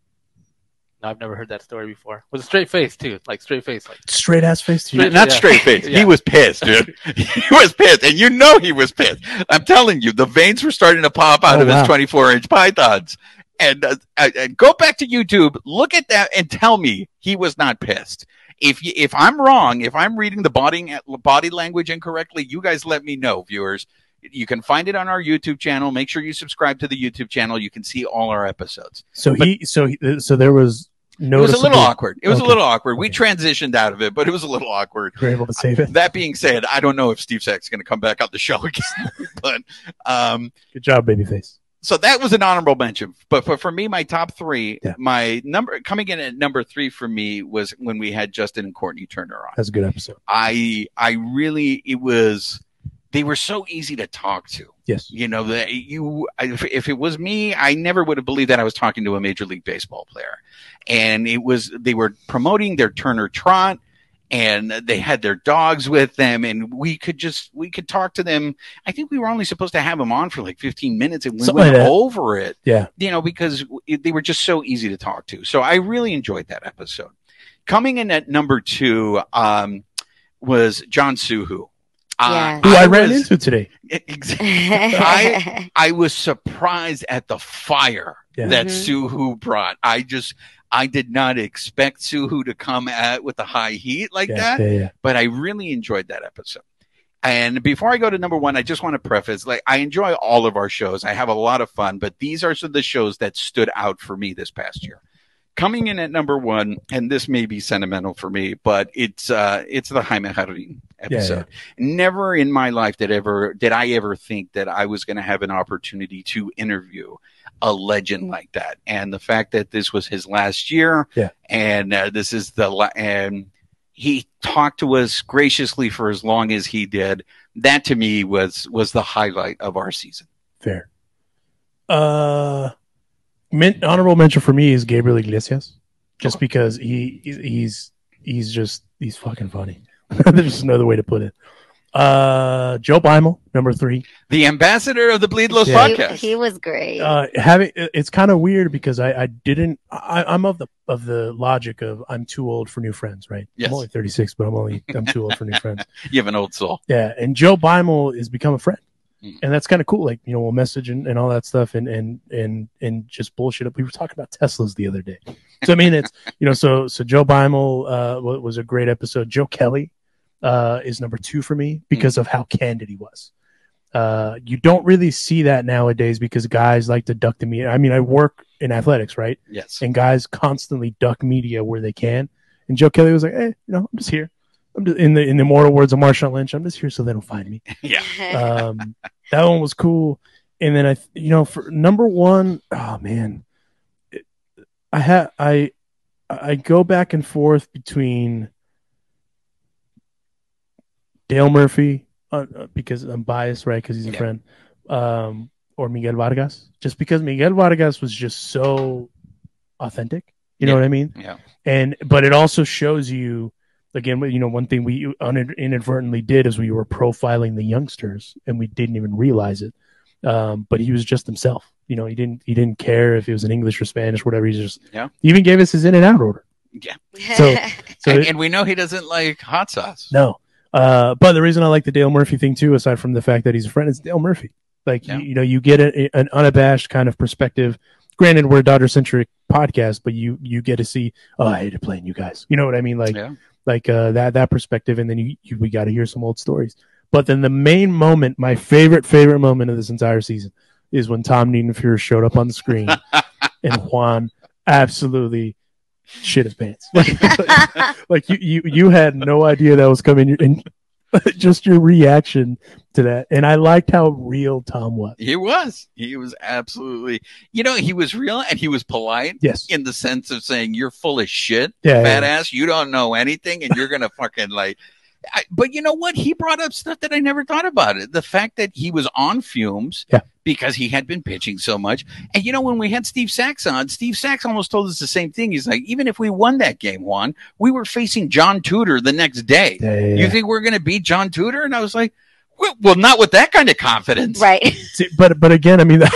S5: "No, I've never heard that story before." With a straight face too, like straight face, like
S4: Straight ass face to you.
S5: Straight-
S2: Not
S5: Yeah.
S2: straight face. He
S5: Yeah.
S2: was pissed, dude. he was pissed. And you know he was pissed. I'm telling you, the veins were starting to pop out
S4: Oh,
S2: of
S4: wow.
S2: his 24 inch pythons. And, uh, I- I- go back to YouTube, look at that, and tell me he was not pissed. If you, if I'm wrong, if I'm reading the body uh, body language incorrectly, you guys let me know, viewers. You can find it on our YouTube channel. Make sure you subscribe to the YouTube channel. You can see all our episodes.
S4: So he, so he, so there was
S2: It
S4: no.
S2: was a little awkward. It was a
S4: Okay.
S2: little awkward. We
S4: Okay.
S2: transitioned out of it, but it was a little awkward.
S4: You're able to save it.
S2: That being said, I don't know if Steve Sack's going to come back on the show again, but um,
S4: Good job, babyface.
S2: so that was an honorable mention. But for, for me, my top three,
S4: Yeah.
S2: my number coming in at number three for me was when we had Justin and Courtney Turner on.
S4: That's a good episode.
S2: I I really it was they were so easy to talk to.
S4: Yes.
S2: You know that you I- if, if it was me, I never would have believed that I was talking to a major league baseball player. And it was they were promoting their Turner Trot and they had their dogs with them and we could just we could talk to them. I think we were only supposed to have them on for like 15 minutes and we
S4: Something
S2: went
S4: like that.
S2: over it.
S4: Yeah.
S2: You know because it, they were just so easy to talk to. So I really enjoyed that episode. Coming in at number 2 um was John Suhu. Uh,
S3: Yes.
S4: Who I, ran
S2: was-
S4: into today.
S2: Exactly.
S3: I,
S2: I was surprised at the fire
S4: Yeah.
S2: that
S3: Mhm.
S2: Suhu brought. I just, I did not expect Suhu to come at with the high heat like
S4: yeah,
S2: that,
S4: yeah, yeah.
S2: but I really enjoyed that episode. And before I go to number one, I just want to preface, like, I enjoy all of our shows. I have a lot of fun, but these are some of the shows that stood out for me this past year. Coming in at number one, and this may be sentimental for me, but it's, uh, it's the Jaime Jarrin
S4: yeah.
S2: episode never in my life did ever did I ever think that I was going to have an opportunity to interview a legend like that. And the fact that this was his last year,
S4: Yeah.
S2: and uh, this is the la- and he talked to us graciously for as long as he did. That to me was was the highlight of our season.
S4: Fair. Uh, men, honorable mention for me is Gabriel Iglesias, just because he he's he's just he's fucking funny. There's just another way to put it. Uh, Joe Bimel, number three.
S2: The ambassador of the Bleed Los
S4: Yeah.
S3: He,
S2: podcast.
S3: he was great.
S4: Uh, having it- it's kind of weird because I, I didn't. I, I'm of the of the logic of I'm too old for new friends, right?
S2: Yes.
S4: I'm only 36, but I'm only I'm too old for new friends.
S2: you have an old soul.
S4: Yeah, and Joe Bimel has become a friend,
S2: Mhm.
S4: and that's kind of cool. Like you know, we'll message and, and all that stuff, and and and and just bullshit up. We were talking about Teslas the other day, so I mean, it's you know, so so Joe Bimel uh, wa- was a great episode. Joe Kelly uh, is number two for me because of how candid he was. Uh, you don't really see that nowadays because guys like to duck the media. I mean, I work in athletics, right?
S2: Yes.
S4: and guys constantly duck media where they can. And Joe Kelly was like, "Hey, you know, I'm just here. I'm just in the in the immortal words of Marshawn Lynch. I'm just here so they don't find me."
S2: Yeah.
S4: Um, that one was cool. And then I, th- you know, for number one, oh man, It- I had I I go back and forth between Dale Murphy uh, uh, because I'm biased, right? Because he's a
S2: Yeah.
S4: friend, um, or Miguel Vargas, just because Miguel Vargas was just so authentic. You know
S2: Yeah.
S4: what I mean?
S2: Yeah.
S4: and but it also shows you again you know one thing we un- inadvertently did is we were profiling the youngsters and we didn't even realize it um, but he was just himself you know he didn't he didn't care if it was in english or spanish whatever he just
S2: Yeah.
S4: he even gave us his in and out order so- so
S2: and,
S4: it-
S2: and we know he doesn't like hot sauce.
S4: no uh, but the reason i like the dale murphy thing too aside from the fact that he's a friend is dale murphy like
S2: Yeah.
S4: you, you know you get a, an unabashed kind of perspective granted we're a dodger centric podcast but you you get to see oh i hated playing you guys you know what i mean like
S2: yeah.
S4: like uh, that that perspective, and then you, you we got to hear some old stories. But then the main moment, my favorite favorite moment of this entire season, is when Tom Niedenfuhrer showed up on the screen and Juan absolutely shit his pants. like you you you had no idea that was coming, and just your reaction to that. And I liked how real Tom was.
S2: He was. He was absolutely. You know, he was real and he was polite
S4: Yes,
S2: in the sense of saying, "You're full of shit,
S4: yeah, yeah.
S2: badass. You don't know anything, and you're gonna fucking like." I, but you know what? He brought up stuff that I never thought about. It the fact that he was on fumes
S4: Yeah.
S2: because he had been pitching so much. And you know, when we had Steve Sachs on, Steve Sachs almost told us the same thing. He's like, even if we won that game, Juan, we were facing John Tudor the next day.
S4: Yeah, yeah,
S2: You
S4: yeah.
S2: think we're gonna beat John Tudor? And I was like, well, well not with that kind of confidence.
S3: right.
S4: See, but but again, I mean,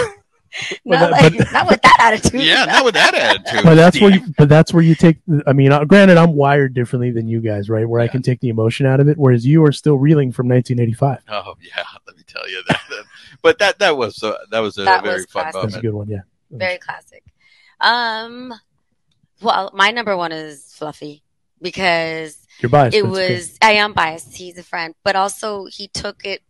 S3: Not,
S4: that-
S3: like, not with that attitude.
S2: Yeah, not with that attitude.
S4: but that's
S2: Steve.
S4: where you, but that's where you take i mean uh, granted i'm wired differently than you guys right where i
S2: Yeah.
S4: can take the emotion out of it whereas you are still reeling from 1985
S2: Oh yeah, let me tell you that. that- but that that was uh, that was a
S3: That
S2: very
S3: was
S2: fun
S4: that's a
S2: moment.
S4: good one yeah
S3: Very classic. Um, well, my number one is Fluffy because
S4: you're biased
S3: it
S4: but it's
S3: was i am biased he's a friend but also he took it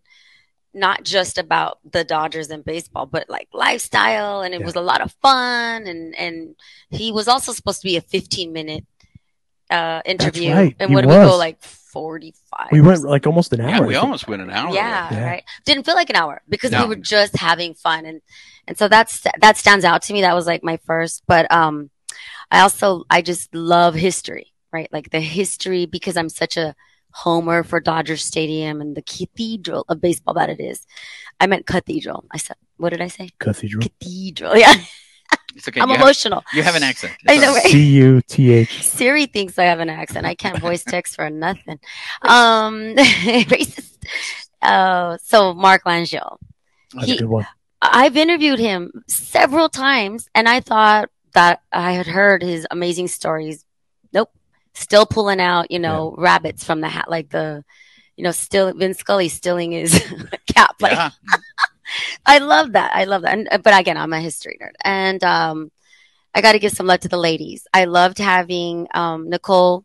S3: not just about the dodgers and baseball but like lifestyle and it
S4: Yeah.
S3: was a lot of fun and and he was also supposed to be a 15 minute uh interview
S4: right,
S3: and
S4: he
S3: what did we
S4: was.
S3: go like 45
S4: good. we went like almost an hour
S2: Yeah,
S4: I
S2: we
S4: think.
S2: almost went an hour.
S3: yeah,
S4: Yeah.
S3: right didn't feel like an hour because
S2: No.
S3: we were just having fun and and so that's that stands out to me that was like my first but um i also i just love history right like the history because i'm such a homer for dodger stadium and the cathedral of baseball that it is i meant cathedral i said what did i say
S4: cathedral
S3: cathedral yeah
S2: It's okay.
S3: i'm
S2: you, have,
S3: emotional
S2: you have an accent.
S3: I
S2: It's
S3: know,
S2: all right.
S3: right?
S4: c-u-t-h
S3: siri thinks i have an accent i can't voice text for nothing um racist uh, so mark langell
S4: that's
S3: He-
S4: a good one
S3: I've interviewed him several times and I thought that I had heard his amazing stories. Nope. Still pulling out, you know, rabbits from the hat, like the, you know, still Vince Scully stealing his cap. Like,
S2: Yeah.
S3: I love that. I love that. And, uh, but again, I'm a history nerd. And um, I got to give some love to the ladies. I loved having um, Nicole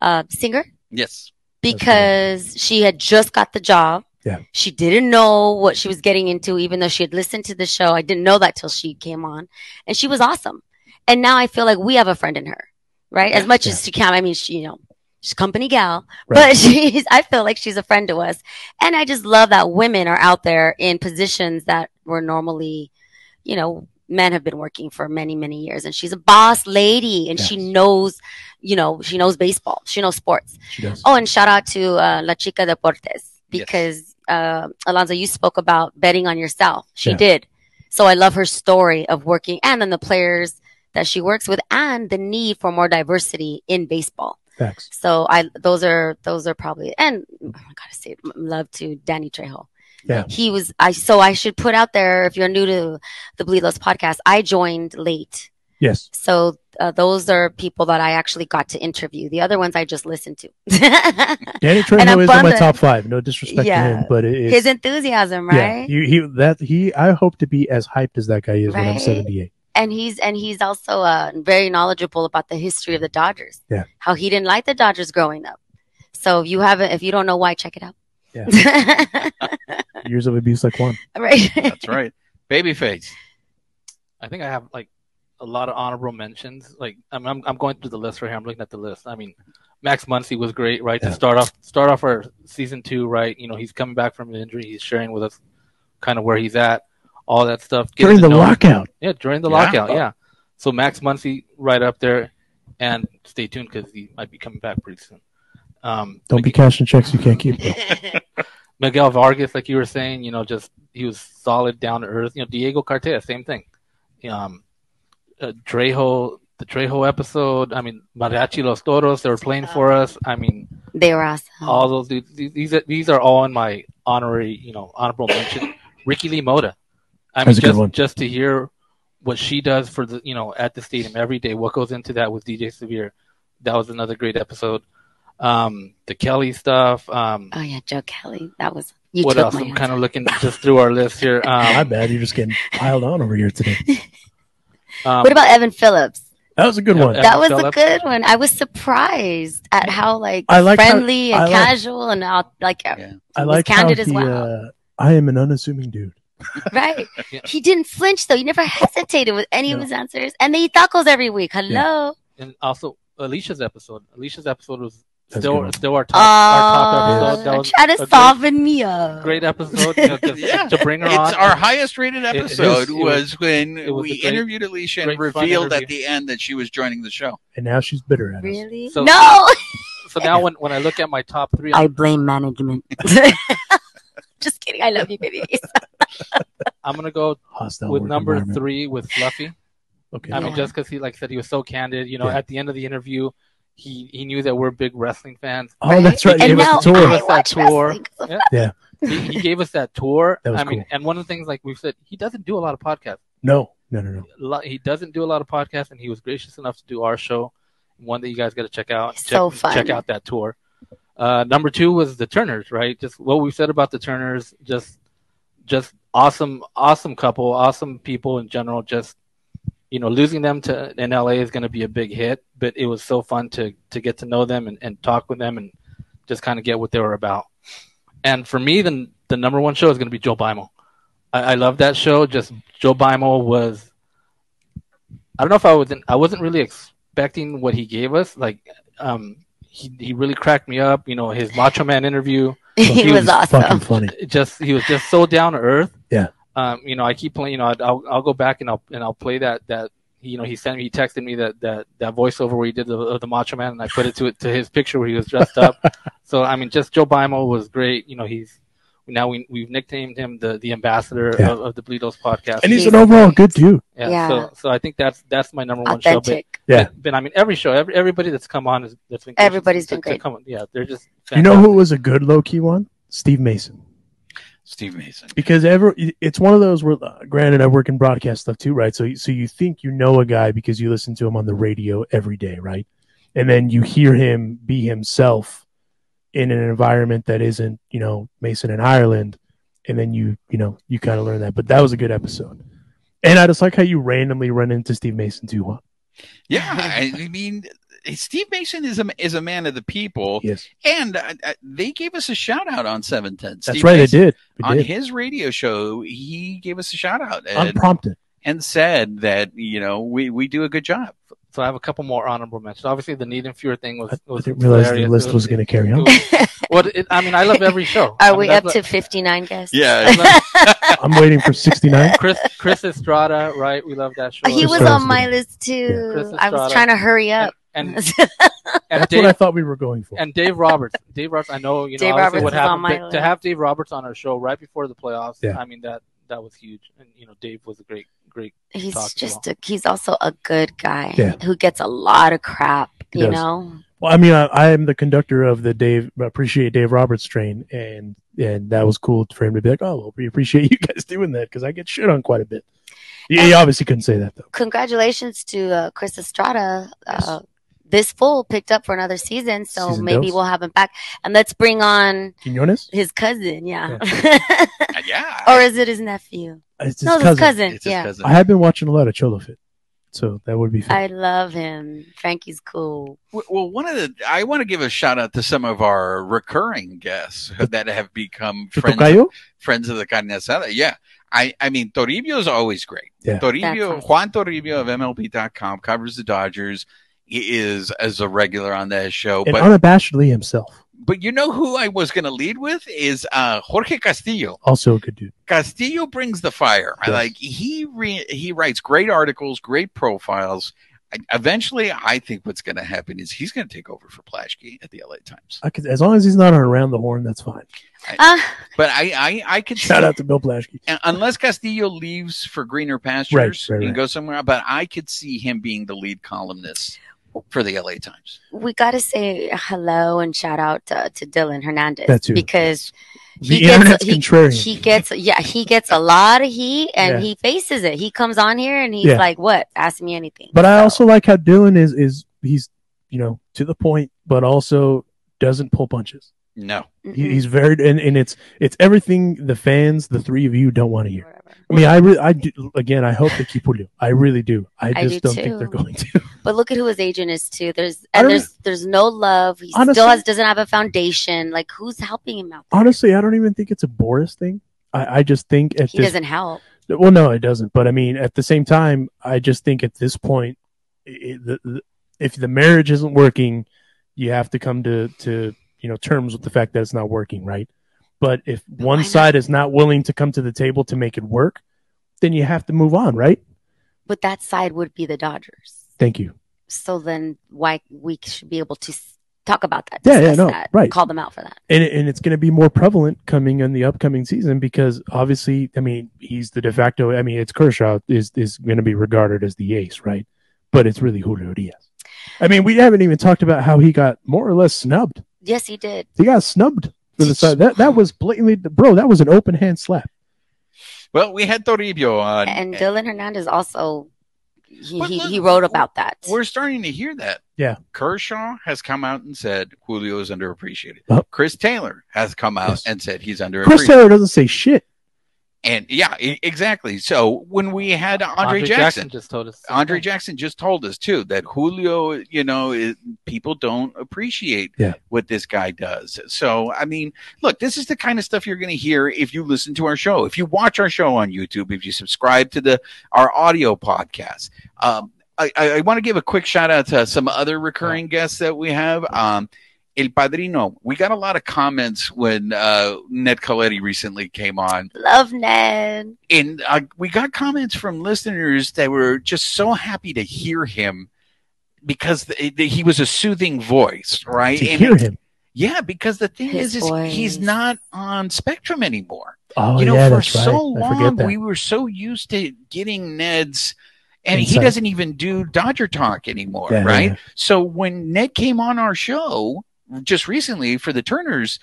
S3: uh, Singer
S2: Yes.
S4: That's
S3: because she had just got the job.
S4: Yeah.
S3: She didn't know what she was getting into, even though she had listened to the show. I didn't know that till she came on, and she was awesome. And now I feel like we have a friend in her, right? As much as she can, I mean, she, you know, she's a company gal,
S4: Right.
S3: but she's. I feel like she's a friend to us, and I just love that women are out there in positions that were normally, you know, men have been working for many, many years, and she's a boss lady, and she knows, you know, she knows baseball, she knows sports.
S4: she does
S3: Oh, and shout out to uh, La Chica Deportes because uh, Alonzo, you spoke about betting on yourself. She
S4: Yeah.
S3: did. So I love her story of working and then the players that she works with and the need for more diversity in baseball.
S4: Facts.
S3: So I those are those are probably and oh I gotta say love to Danny Trejo.
S4: Yeah.
S3: He was I so I should put out there if you're new to the Bleed Loves podcast, I joined late.
S4: Yes.
S3: So uh, those are people that I actually got to interview. The other ones I just listened to.
S4: Danny
S3: And I'm
S4: Trejo is in my
S3: bummed that-
S4: top five. No disrespect
S3: Yeah.
S4: to him, but it is.
S3: His enthusiasm,
S4: Yeah,
S3: right?
S4: you, he that he. I hope to be as hyped as that guy is when I'm
S3: Right?
S4: 78.
S3: and he's and he's also uh, very knowledgeable about the history of the Dodgers.
S4: Yeah.
S3: How he didn't like the Dodgers growing up. So if you haven't, if you don't know why, check it out.
S4: Years of abuse like one.
S3: right.
S2: That's right. Babyface.
S5: I think I have like a lot of honorable mentions. Like I'm, I'm, I'm going through the list right here. I'm looking at the list. I mean, Max Muncy was great, right?
S4: Yeah.
S5: To start off, start off our season two, right? You know, he's coming back from an injury. He's sharing with us kind of where he's at, all that stuff. Getting
S4: During
S5: to
S4: the
S5: know him.
S4: lockout.
S5: Yeah, during the
S2: Yeah.
S5: lockout. Yeah. So Max Muncy right up there, and stay tuned because he might be coming back pretty soon. Um,
S4: Don't be
S5: Mig-
S4: cashing checks you can't keep.
S5: Miguel Vargas, like you were saying, you know, just he was solid down to earth. You know, Diego Cartera, same thing. Um, uh, Trejo, the Trejo episode. I mean, Mariachi Los Toros, they were playing for us. I mean,
S3: they were awesome.
S5: all those dudes. These these are, these are all in my honorary, you know, honorable mention. Ricky Lee Moda. I mean,
S4: That's a good
S5: just
S4: one.
S5: just to hear what she does for the you know at the stadium every day. What goes into that with DJ Severe. That was another great episode. Um, the Kelly stuff. Um,
S3: oh yeah, Joe Kelly. That was you
S5: what
S3: took
S5: else?
S3: my
S5: I'm
S3: answer.
S5: kind of looking just through our list here.
S4: Oh, My
S5: Um,
S4: bad. You're just getting piled on over here today.
S5: um,
S3: what about Evan Phillips?
S4: That was a good
S5: Yeah,
S4: one.
S5: Evan
S3: that was
S5: Phillips.
S3: a good one. I was surprised at how like
S4: I like how-
S3: friendly
S4: I
S3: and
S4: like-
S3: casual and out, like uh,
S2: Yeah.
S4: I
S3: was
S4: like how
S3: candid
S4: he.
S3: as well.
S4: Uh, I am an unassuming dude.
S3: right.
S5: Yeah.
S3: He didn't flinch though. He never hesitated with any of
S4: No.
S3: his answers. And they eat tacos every week. Hello.
S5: and also Alicia's episode. Alicia's episode was
S4: That's a good
S5: still
S4: one.
S5: still our top, our top
S3: Oh,
S5: episode. That was
S3: try to
S5: a great-
S3: soften me up.
S5: great episode you know, to, to bring her
S2: it's
S5: on.
S2: our highest rated
S5: it
S2: episode
S5: is- it
S2: was, when
S5: it was
S2: we
S5: a great-
S2: interviewed Alicia and
S5: great fun
S2: revealed at
S5: interview.
S2: the end that she was joining the show.
S4: And now she's bitter at us.
S3: Really?
S5: So-
S3: no.
S5: so now when, when I look at my top three,
S3: I blame management. Just kidding. I love you, baby.
S5: I'm gonna go
S4: Hostile
S5: with
S4: work
S5: number
S4: environment.
S5: three with Fluffy.
S4: Okay.
S5: I mean,
S3: Yeah.
S5: just because he like said he was so candid. You know,
S4: Yeah.
S5: at the end of the interview, he he knew that we're big wrestling fans.
S4: oh, that's right.
S5: It
S3: And
S4: Give
S5: was
S3: now
S4: us a tour.
S3: I
S5: It was a
S3: watch
S5: tour.
S3: wrestling.
S5: He, he gave us that tour.
S4: That was
S5: I mean,
S4: cool.
S5: and one of the things like we've said, he doesn't do a lot of podcasts.
S4: No, no, no, no.
S5: A lot- He doesn't do a lot of podcasts, and he was gracious enough to do our show, one that you guys got to check out. Check,
S3: So fun.
S5: Check out that tour. Uh, number two was the Turners, right? Just what we've said about the Turners, just just awesome, awesome couple, awesome people in general. Just you know, losing them to in LA is going to be a big hit, but it was so fun to to get to know them and, and talk with them and just kind of get what they were about. And for me, the the number one show is going to be Joe Bimo. I, I love that show. Just Joe Bimo was. I don't know if I wasn't. I wasn't really expecting what he gave us. Like, um, he he really cracked me up. You know, his Macho Man interview.
S3: he,
S5: He
S3: was,
S5: was
S4: Fucking
S3: awesome.
S4: funny.
S5: It just he was just so down to earth.
S4: Yeah.
S5: Um, you know, I keep playing. You know, I'd- I'll I'll go back and I'll and I'll play that that. You know, he sent me. He texted me that that that voiceover where he did the of the Macho Man, and I put it to it to his picture where he was dressed up. so I mean, just Joe Bimo was great. You know, he's now we we've nicknamed him the the ambassador
S4: Yeah.
S5: of, of the Bleedos podcast.
S4: And he's
S3: He's
S4: an overall good dude.
S5: yeah,
S3: Yeah.
S5: So so I think that's that's my number one show. But,
S3: Authentic.
S4: Yeah.
S5: but I mean, every show, every, everybody that's come on is that's been
S3: Everybody's
S5: to-
S3: been
S5: to
S3: great.
S5: Come on, yeah, they're just
S4: You know who was a good low key one? Steve Mason.
S2: Steve Mason.
S4: because ever it's one of those where uh, granted i work in broadcast stuff too right so so you think you know a guy because you listen to him on the radio every day right and then you hear him be himself in an environment that isn't you know mason in ireland and then you you know you kind of learn that but that was a good episode and i just like how you randomly run into steve mason too huh?
S2: Yeah, I I mean, Steve Mason is a is a man of the people,
S4: yes
S2: and uh, uh, they gave us a shout out on seven ten.
S4: that's right
S2: Mason,
S4: i did i
S2: on
S4: did
S2: his radio show, he gave us a shout out and,
S4: unprompted
S2: and said that you know we we do a good job.
S5: So I have a couple more honorable mentions. Obviously, the Need and Fewer thing was.
S4: I- i
S5: was
S4: didn't realize the
S5: hilarious.
S4: list
S5: It
S4: was going to carry
S5: it
S4: on
S5: was- Well, it, I mean, I love every show. I
S3: Are
S5: mean,
S3: we
S5: that's
S3: up to 59 guests?
S2: Yeah,
S5: like-
S4: i'm waiting for 69
S5: Chris Chris Estrada, right? We love that show.
S3: Oh, He was
S4: Estrada's
S3: on my
S4: good.
S3: list
S4: Yeah.
S3: too.
S5: Chris
S3: I was
S5: Estrada.
S3: trying to hurry up.
S5: and and, and
S4: that's
S5: Dave
S4: what i thought we were going for
S5: and Dave Roberts. Dave Roberts. I know you know
S3: Dave
S5: obviously
S3: Roberts
S5: what
S3: is on
S5: happened,
S3: my
S5: but
S3: list.
S5: to have Dave Roberts on our show right before the playoffs.
S4: Yeah.
S5: I mean that that was huge, and you know Dave was a great great.
S3: he's
S5: talked
S3: just a, he's also a good guy
S4: Yeah.
S3: who gets a lot of crap,
S4: He
S3: you
S4: does.
S3: know.
S4: Well, I mean, I, I am the conductor of the Dave appreciate Dave Roberts train, and and that was cool for him to be like, oh, well, we appreciate you guys doing that because I get shit on quite a bit. Yeah, he obviously couldn't say that though.
S3: Congratulations to uh, Chris Estrada. Uh, This fool picked up for another season, so
S4: Season
S3: maybe
S4: dos.
S3: we'll have him back. And let's bring on
S4: Quinones?
S3: his cousin, yeah.
S2: yeah.
S3: or is it his nephew?
S4: It's his
S3: no, it's
S4: cousin.
S3: his cousin.
S2: It's his
S3: yeah.
S2: cousin.
S4: I have been watching a lot of Cholo Fit, so that would be fun.
S3: I love him. Frankie's cool.
S2: Well, one of the I want to give a shout out to some of our recurring guests that have become
S4: The
S2: friends
S4: Tocayo?
S2: friends of the carne asada. Yeah. I, I mean, Toribio is always great.
S4: Yeah.
S3: That's
S2: Toribio,
S3: awesome.
S2: Juan Toribio of MLB.com covers the Dodgers. He is as a regular on that show.
S4: and
S2: but
S4: unabashedly himself,
S2: but you know who I was going to lead with is uh, Jorge Castillo.
S4: also a good dude.
S2: Castillo brings the fire. I
S4: Yes.
S2: like he re- he writes great articles, great profiles. I, eventually, I think what's going to happen is he's going to take over for Plashke at the LA Times.
S4: I could, as long as he's not on around the horn, that's fine.
S3: Uh,
S2: But I I, I could
S4: Shout out to Bill Plashke.
S2: And unless Castillo leaves for greener pastures
S4: right,
S2: and
S4: right.
S2: goes somewhere, but I could see him being the lead columnist for the LA Times.
S3: we got to say hello and shout out to, to Dylan Hernandez
S4: That too.
S3: because
S4: The
S3: He gets-
S4: internet's
S3: he-
S4: contrarian.
S3: he gets yeah he gets a lot of heat and
S4: Yeah.
S3: he faces it. He comes on here and he's
S4: Yeah.
S3: like, "What? Ask me anything."
S4: But I
S3: So,
S4: also like how Dylan is is he's you know to the point, but also doesn't pull punches.
S2: No.
S3: mm-mm,
S4: He, he's very and, and it's it's everything the fans, the three of you, don't want to hear.
S3: whatever.
S4: I mean, I re- I do, again, I hope they keep Julio. I really do. I
S3: I
S4: just
S3: do
S4: not think
S3: too.
S4: they're going to.
S3: But look at who his agent is too. There's
S4: I
S3: and
S4: don't-
S3: there's there's no love. He
S4: Honestly-
S3: still has doesn't have a foundation. Like who's helping him out? there?
S4: Honestly, I don't even think it's a Boris thing. I, I just think at
S3: he
S4: this
S3: doesn't help.
S4: Well, no, it doesn't. But I mean, at the same time, I just think at this point, it, the, the, if the marriage isn't working, you have to come to to you know terms with the fact that it's not working, right? But if
S3: why
S4: one
S3: not?
S4: side is not willing to come to the table to make it work, then you have to move on, right?
S3: But that side would be the Dodgers.
S4: Thank you.
S3: So then why we should be able to s- talk about that.
S4: Yeah, yeah,
S3: discuss
S4: no,
S3: that,
S4: right.
S3: Call them out for that.
S4: and, it- and it's going to be more prevalent coming in the upcoming season because obviously, I mean, he's the de facto. I mean, it's Kershaw is is going to be regarded as the ace, right? But it's really Julio Diaz. I mean, we haven't even talked about how he got more or less snubbed.
S3: Yes, he did.
S4: He got snubbed for the side. That that was blatantly, bro. That was an open hand slap.
S2: Well, we had Toribio on.
S3: And uh, Dylan Hernandez also he,
S2: But
S3: he,
S2: look,
S3: he wrote about that.
S2: We're starting to hear that.
S4: Yeah.
S2: Kershaw has come out and said Julio is underappreciated.
S4: Oh.
S2: Chris Taylor has come out
S4: Yes.
S2: and said he's underappreciated.
S4: Chris Taylor doesn't say shit.
S2: and yeah, e- exactly. So when we had Andre, Jackson
S5: just told us. the same
S2: Andre
S5: thing.
S2: Jackson just told us too that Julio, you know, is, people don't appreciate
S4: Yeah.
S2: what this guy does. So, I mean, look, this is the kind of stuff you're going to hear if you listen to our show, if you watch our show on YouTube, if you subscribe to the our audio podcast. Um, I, I, I want to give a quick shout out to some other recurring guests that we have. Um, El Padrino, we got a lot of comments when uh, Ned Coletti recently came on
S3: Love Ned.
S2: and uh, we got comments from listeners that were just so happy to hear him because th- th- he was a soothing voice,
S4: To
S2: right? And-
S4: hear him.
S2: yeah, because the thing
S3: His
S2: is, is he's
S3: voice.
S2: not on Spectrum anymore.
S4: Oh
S2: you know,
S4: yeah,
S2: for
S4: that's right.
S2: so
S4: I forget
S2: long
S4: that.
S2: we were so used to getting Ned's, and he
S4: Insight.
S2: doesn't even do Dodger talk anymore,
S4: Yeah, yeah,
S2: right?
S4: yeah.
S2: So when Ned came on our show just recently for the Turners,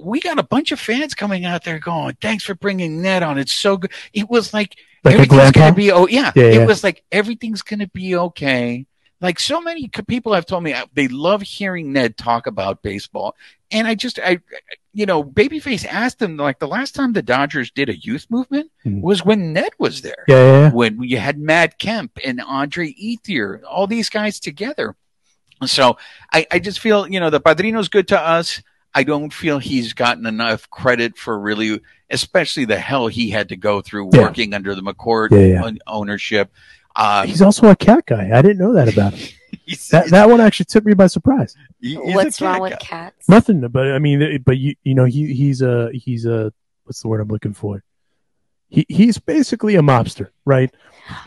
S2: we got a bunch of fans coming out there going, "Thanks for bringing Ned on. It's so good." It was like
S4: like a
S2: everything's
S4: grandpa.
S2: gonna be oh yeah.
S4: Yeah,
S2: it
S4: yeah.
S2: was like everything's gonna be okay like so many co- people have told me uh, they love hearing ned talk about baseball and i just i you know babyface asked him like the last time the dodgers did a youth movement
S4: Mhm.
S2: was when ned was there
S4: yeah, yeah, yeah.
S2: when you had Matt Kemp and Andre Ethier, all these guys together. So I, I just feel, you know, the Padrino's good to us. I don't feel he's gotten enough credit for really, especially the hell he had to go through
S4: Yeah.
S2: working under the McCord
S4: Yeah, yeah.
S2: own- ownership. Uh,
S4: He's also a cat guy. I didn't know that about him.
S2: he's-
S4: That that one actually took me by surprise.
S2: he- he's a
S3: What's wrong
S2: cat
S3: with
S2: guy.
S3: cats?
S4: Nothing, but I mean, but you you know he he's a he's a what's the word I'm looking for? He he's basically a mobster, right?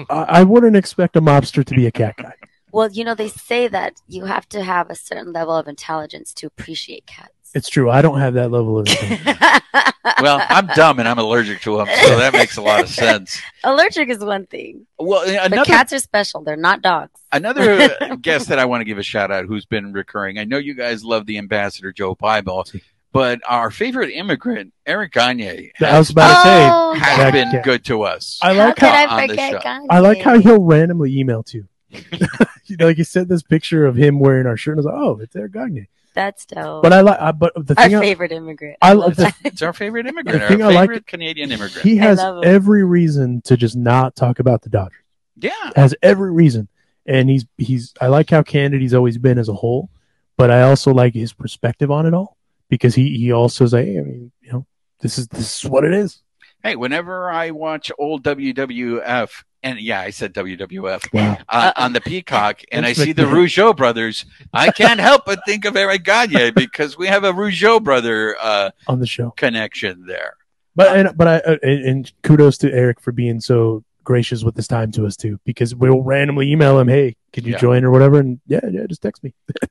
S4: I, I wouldn't expect a mobster to be a cat guy.
S3: Well, you know, they say that you have to have a certain level of intelligence to appreciate cats.
S4: It's true. I don't have that level of. intelligence.
S2: Well, I'm dumb and I'm allergic to them, so that makes a lot of sense.
S3: Allergic is one thing,
S2: Well,
S3: but
S2: another
S3: cats are special. They're not dogs.
S2: Another uh, guest that I want to give a shout out who's been recurring. I know you guys love the ambassador Joe Piebald, but our favorite immigrant, Eric Gagne,
S4: I was
S2: has,
S4: about to say.
S3: Oh,
S2: has
S4: That
S2: been
S4: cat.
S2: good to us.
S4: I like
S3: how
S4: how,
S2: how-
S3: could
S2: on
S3: I
S2: the
S3: forget?
S2: show.
S3: Gandhi?
S4: I like how he'll randomly email to. you You know, like he sent this picture of him wearing our shirt, and I was like, "Oh, it's Eric Gagne."
S3: That's dope.
S4: But I like, I, but the
S3: Our
S4: thing, I,
S3: favorite immigrant.
S4: I love the,
S2: It's our favorite immigrant,
S4: The
S2: our
S4: thing I
S2: favorite
S4: like-
S2: Canadian immigrant.
S4: he
S3: I
S4: has
S3: love him.
S4: every reason to just not talk about the Dodgers.
S2: yeah.
S4: Has every reason, and he's he's. I like how candid he's always been as a whole, but I also like his perspective on it all because he he also is like, hey, I mean, you know, this is this is what it is.
S2: Hey, whenever I watch old WWF, and yeah, I said WWF
S4: Wow.
S2: uh,
S3: Uh-oh.
S2: on the Peacock, and I
S4: That's
S2: see the
S4: like-
S2: Rougeau brothers, I can't help but think of Eric Gagne because we have a Rougeau brother uh,
S4: On the show,
S2: connection there.
S4: But and but I uh, and, and kudos to Eric for being so gracious with his time to us too, because we'll randomly email him, "Hey, can you
S2: Yeah.
S4: join or whatever?" And yeah, yeah, just text me.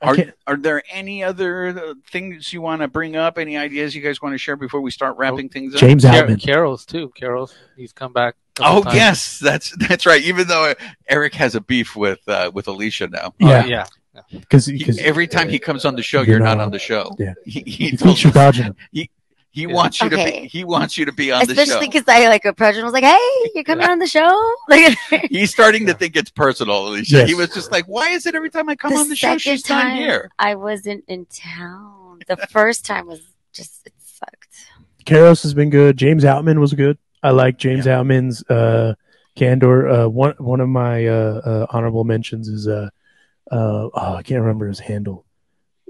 S4: I
S2: Are,
S4: can't-
S2: are there any other uh, things you want to bring up? Any ideas you guys want to share before we start wrapping things up?
S4: James
S5: Car-
S4: Outman.
S5: Carol's too. Carol's he's come back. a couple
S2: Oh
S5: times.
S2: yes, that's that's right. Even though uh, Eric has a beef with uh, with Alicia now,
S5: Oh,
S4: Yeah,
S5: yeah.
S4: because uh,
S2: He- every time he comes on the show,
S4: you're
S2: you're not
S4: not-
S2: on the show.
S4: yeah.
S2: He, he
S4: he
S2: told
S4: thinks you're
S2: us-
S4: dodging him.
S2: he
S5: Yeah.
S2: wants you to
S3: Okay.
S2: be he wants you to be on the show.
S3: Especially because I like approached him. I was like, "Hey, you're coming on the show." Like
S2: He's starting to think it's personal, Alicia.
S4: Yes.
S2: He was just like, "Why is it every time I come on the show, she's not here?"
S3: I wasn't in town. The first time was just it sucked.
S4: Karos has been good. James Outman was good. I like James Outman's uh, candor. Uh, one one of my uh, uh, honorable mentions is uh, uh, oh, I can't remember his handle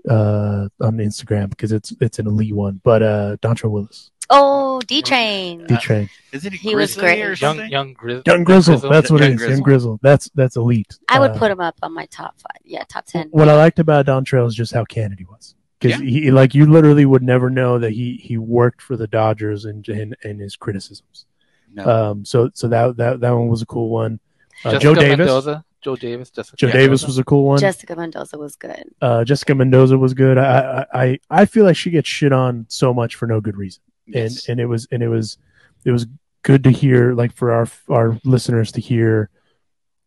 S4: uh, on Instagram because it's it's an elite one. But uh, Dontre Willis,
S3: Oh, D Train.
S4: D Train.
S2: Isn't he,
S3: He was
S2: grizzly
S3: great.
S2: or
S5: Young
S2: something?
S5: young Grizz.
S4: Young Grizzle. That's what
S2: Young
S4: it is.
S2: Grizzle.
S4: Young Grizzle. That's that's elite.
S3: I would
S4: Uh,
S3: put him up on my top five. Yeah, top ten.
S4: What I liked about Dontrell is just how candid he was. Because
S2: Yeah.
S4: he like you literally would never know that he he worked for the Dodgers and and, and his criticisms.
S2: No.
S4: Um. So so that that that one was a cool one. Uh,
S5: Jessica
S4: Joe Davis.
S5: Mendoza. Joe Davis. Jessica
S4: Joe
S2: Yeah.
S4: Davis was a cool one.
S3: Jessica Mendoza was good.
S4: uh, Jessica Mendoza was good. I, I I I feel like she gets shit on so much for no good reason.
S2: Yes.
S4: and and it was and it was it was good to hear like for our our listeners to hear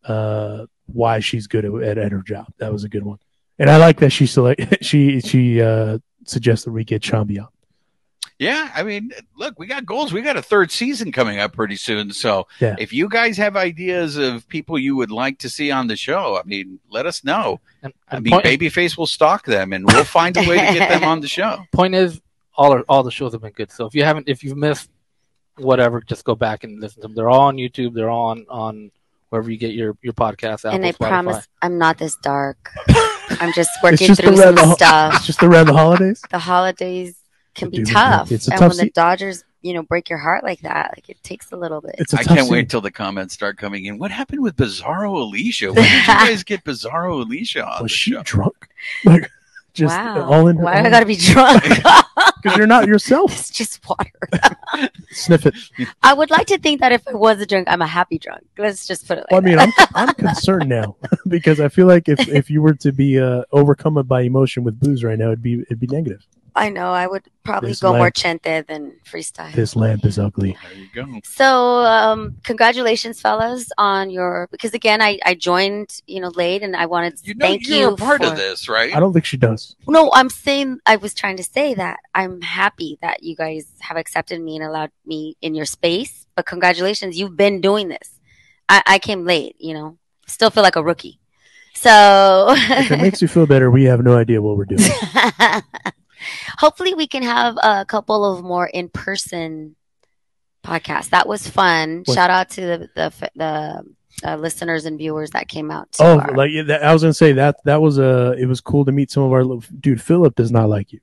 S4: uh why she's good at, at her job that was a good one and i like that she select she she uh suggests that we get chambi up
S2: Yeah, I mean, look, we got goals. We got a third season coming up pretty soon. So
S4: Yeah.
S2: if you guys have ideas of people you would like to see on the show, I mean, let us know.
S5: And,
S2: I
S5: and
S2: mean,
S5: point-
S2: Babyface will stalk them and we'll find a way to get them on the show.
S5: point is all are, all the shows have been good. So if you haven't if you've missed whatever, just go back and listen to them. They're all on YouTube. They're all on on wherever you get your your podcast. Apple,
S3: and I
S5: Spotify.
S3: promise I'm not this dark. I'm just working
S4: just
S3: through
S4: around
S3: some
S4: the ho-
S3: stuff.
S4: it's just around the holidays
S3: The holidays can
S4: It's a
S3: be
S4: doozy.
S3: tough,
S4: It's a
S3: and
S4: tough
S3: when the
S4: se-
S3: Dodgers, you know, break your heart like that, like it takes a little bit.
S4: it's a
S2: I
S4: tough
S2: can't
S4: scene.
S2: wait till the comments start coming in. What happened with Bizarro Alicia? When did you guys get Bizarro Alicia on the
S4: was she
S2: show?
S4: drunk like just
S3: wow.
S4: all in
S3: Why I gotta be drunk?
S4: because you're not yourself
S3: it's just water.
S4: sniff it
S3: I would like to think that if I was a drunk, I'm a happy drunk. Let's just put it like
S4: well, i mean
S3: that.
S4: i'm, I'm concerned now because i feel like if if you were to be uh overcome by emotion with booze right now it'd be it'd be negative
S3: I know I would probably
S4: This
S3: go more
S4: lamp-
S3: chente than freestyle.
S4: this lamp is ugly
S2: There you go.
S3: So, um, congratulations, fellas, on your because again, I I joined you know late, and I wanted to
S2: You know
S3: thank
S2: you're
S3: you
S2: a part
S3: for
S2: of this, right?
S4: I don't think she does.
S3: No, I'm saying I was trying to say that I'm happy that you guys have accepted me and allowed me in your space. But congratulations, you've been doing this. I, I came late, you know. Still feel like a rookie. So
S4: If it makes you feel better, we have no idea what we're doing.
S3: hopefully we can have a couple of more in person podcasts. That was fun.
S4: What-
S3: Shout out to the the, f- the uh, listeners and viewers that came out. To
S4: oh,
S3: our-
S4: like yeah, that, I was gonna say that that was uh It was cool to meet some of our little, dude. Philip does not like you.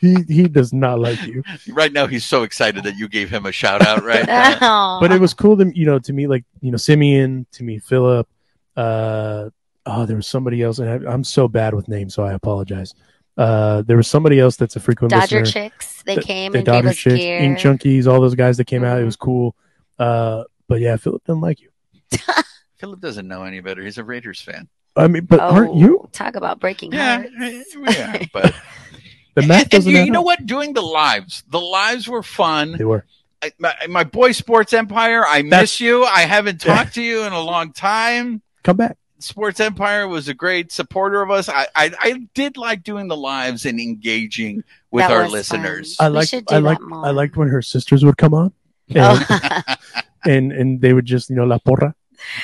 S4: he he does not like you.
S2: Right now, he's so excited that you gave him a shout out, right? Uh, now.
S3: Oh.
S4: But it was cool to you know to meet like you know Simeon, to meet Philip. Uh oh, there was somebody else, and I, I'm so bad with names, so I apologize. Uh, there was somebody else that's a frequent
S3: Dodger
S4: listener.
S3: chicks. They
S4: The-
S3: came
S4: the
S3: and gave
S4: Dodger
S3: us
S4: chicks,
S3: gear.
S4: Ink Junkies, all those guys that came out. It
S3: Mhm.
S4: was cool. Uh, but yeah, Philip didn't like you.
S2: Caleb doesn't know any better. He's a Raiders fan.
S4: I mean, but aren't you?
S3: Oh, Talk about breaking
S2: Yeah,
S3: hearts.
S2: yeah, but
S4: The
S2: and-
S4: math
S2: and
S4: doesn't
S2: you,
S4: add
S2: you know
S4: up.
S2: what? Doing the lives, the lives were fun.
S4: They were.
S2: I, my, my boy, Sports Empire, I miss
S4: That's-
S2: you. I haven't
S4: Yeah.
S2: talked to you in a long time.
S4: Come back.
S2: Sports Empire was a great supporter of us. I, I, I did like doing the lives and engaging with
S3: That
S2: our
S3: was fun.
S2: listeners.
S4: I
S3: We
S4: liked.
S3: should do
S4: I liked.
S3: that more.
S4: I liked when her sisters would come on, and,
S3: Oh.
S4: and and they would just you know la porra.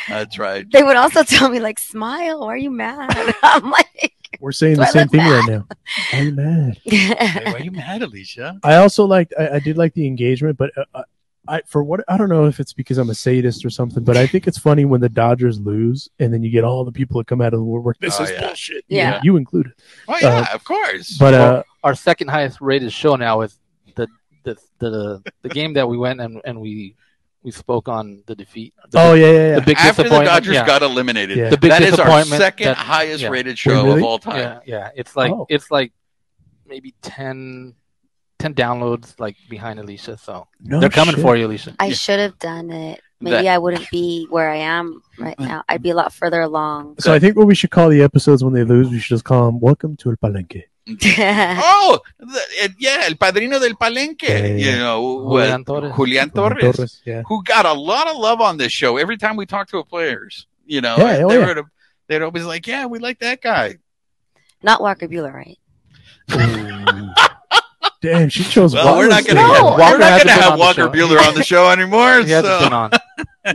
S2: That's right.
S3: they would also tell me like, smile. Why are you mad? I'm like,
S4: We're saying
S3: Do
S4: the
S3: I
S4: same
S3: look
S4: thing right now. Hey man.
S2: Hey, why are you mad, Alicia?
S4: I also liked. I, I did like the engagement, but uh, uh, I for what I don't know if it's because I'm a sadist or something, but I think it's funny when the Dodgers lose and then you get all the people that come out of the woodwork. This
S2: Oh,
S4: is
S2: yeah.
S4: bullshit.
S3: Yeah.
S4: You, you included.
S2: Oh yeah, of course.
S4: But
S5: Well,
S4: uh,
S5: our second highest rated show now is the the the, the game that we went and, and we we spoke on the defeat. The,
S4: oh yeah, yeah, yeah.
S5: the big
S2: After the
S5: disappointment.
S2: Dodgers
S5: yeah.
S2: got eliminated,
S4: Yeah.
S5: the big
S2: that is our
S5: disappointment
S2: second
S5: that-
S2: highest
S5: yeah.
S2: rated show
S4: really?
S2: of all time.
S5: Yeah, yeah. It's like
S4: Oh.
S5: it's like maybe 10, 10 downloads like behind Alicia. So
S4: No
S5: they're coming
S4: Oh, shit.
S5: for you, Alicia.
S3: I
S2: Yeah.
S3: should have done it. Maybe
S2: That-
S3: I wouldn't be where I am right now. I'd be a lot further along.
S4: So I think what we should call the episodes when they lose, we should just call them "Welcome to El Palenque."
S3: yeah,
S2: Oh, the- yeah, El Padrino del Palenque.
S4: Yeah, yeah,
S2: You
S4: yeah.
S2: know,
S5: Julian
S2: well,
S5: Torres.
S2: Julian Torres,
S4: yeah.
S2: who got a lot of love on this show. Every time we talk to a players, you know,
S4: Yeah, oh,
S2: they
S4: yeah.
S2: were, they'd always like, "Yeah, we like that guy."
S3: not Walker Bueller, right?
S4: Damn, she chose.
S2: Well,
S4: Wallace
S2: we're not going to
S4: there.
S2: have,
S3: No,
S2: we're
S5: Walker
S2: not going to
S5: hasn't been
S2: have
S5: on the
S2: Walker
S5: show.
S2: Bueller on the show anymore.
S5: He hasn't
S2: so.
S5: been on.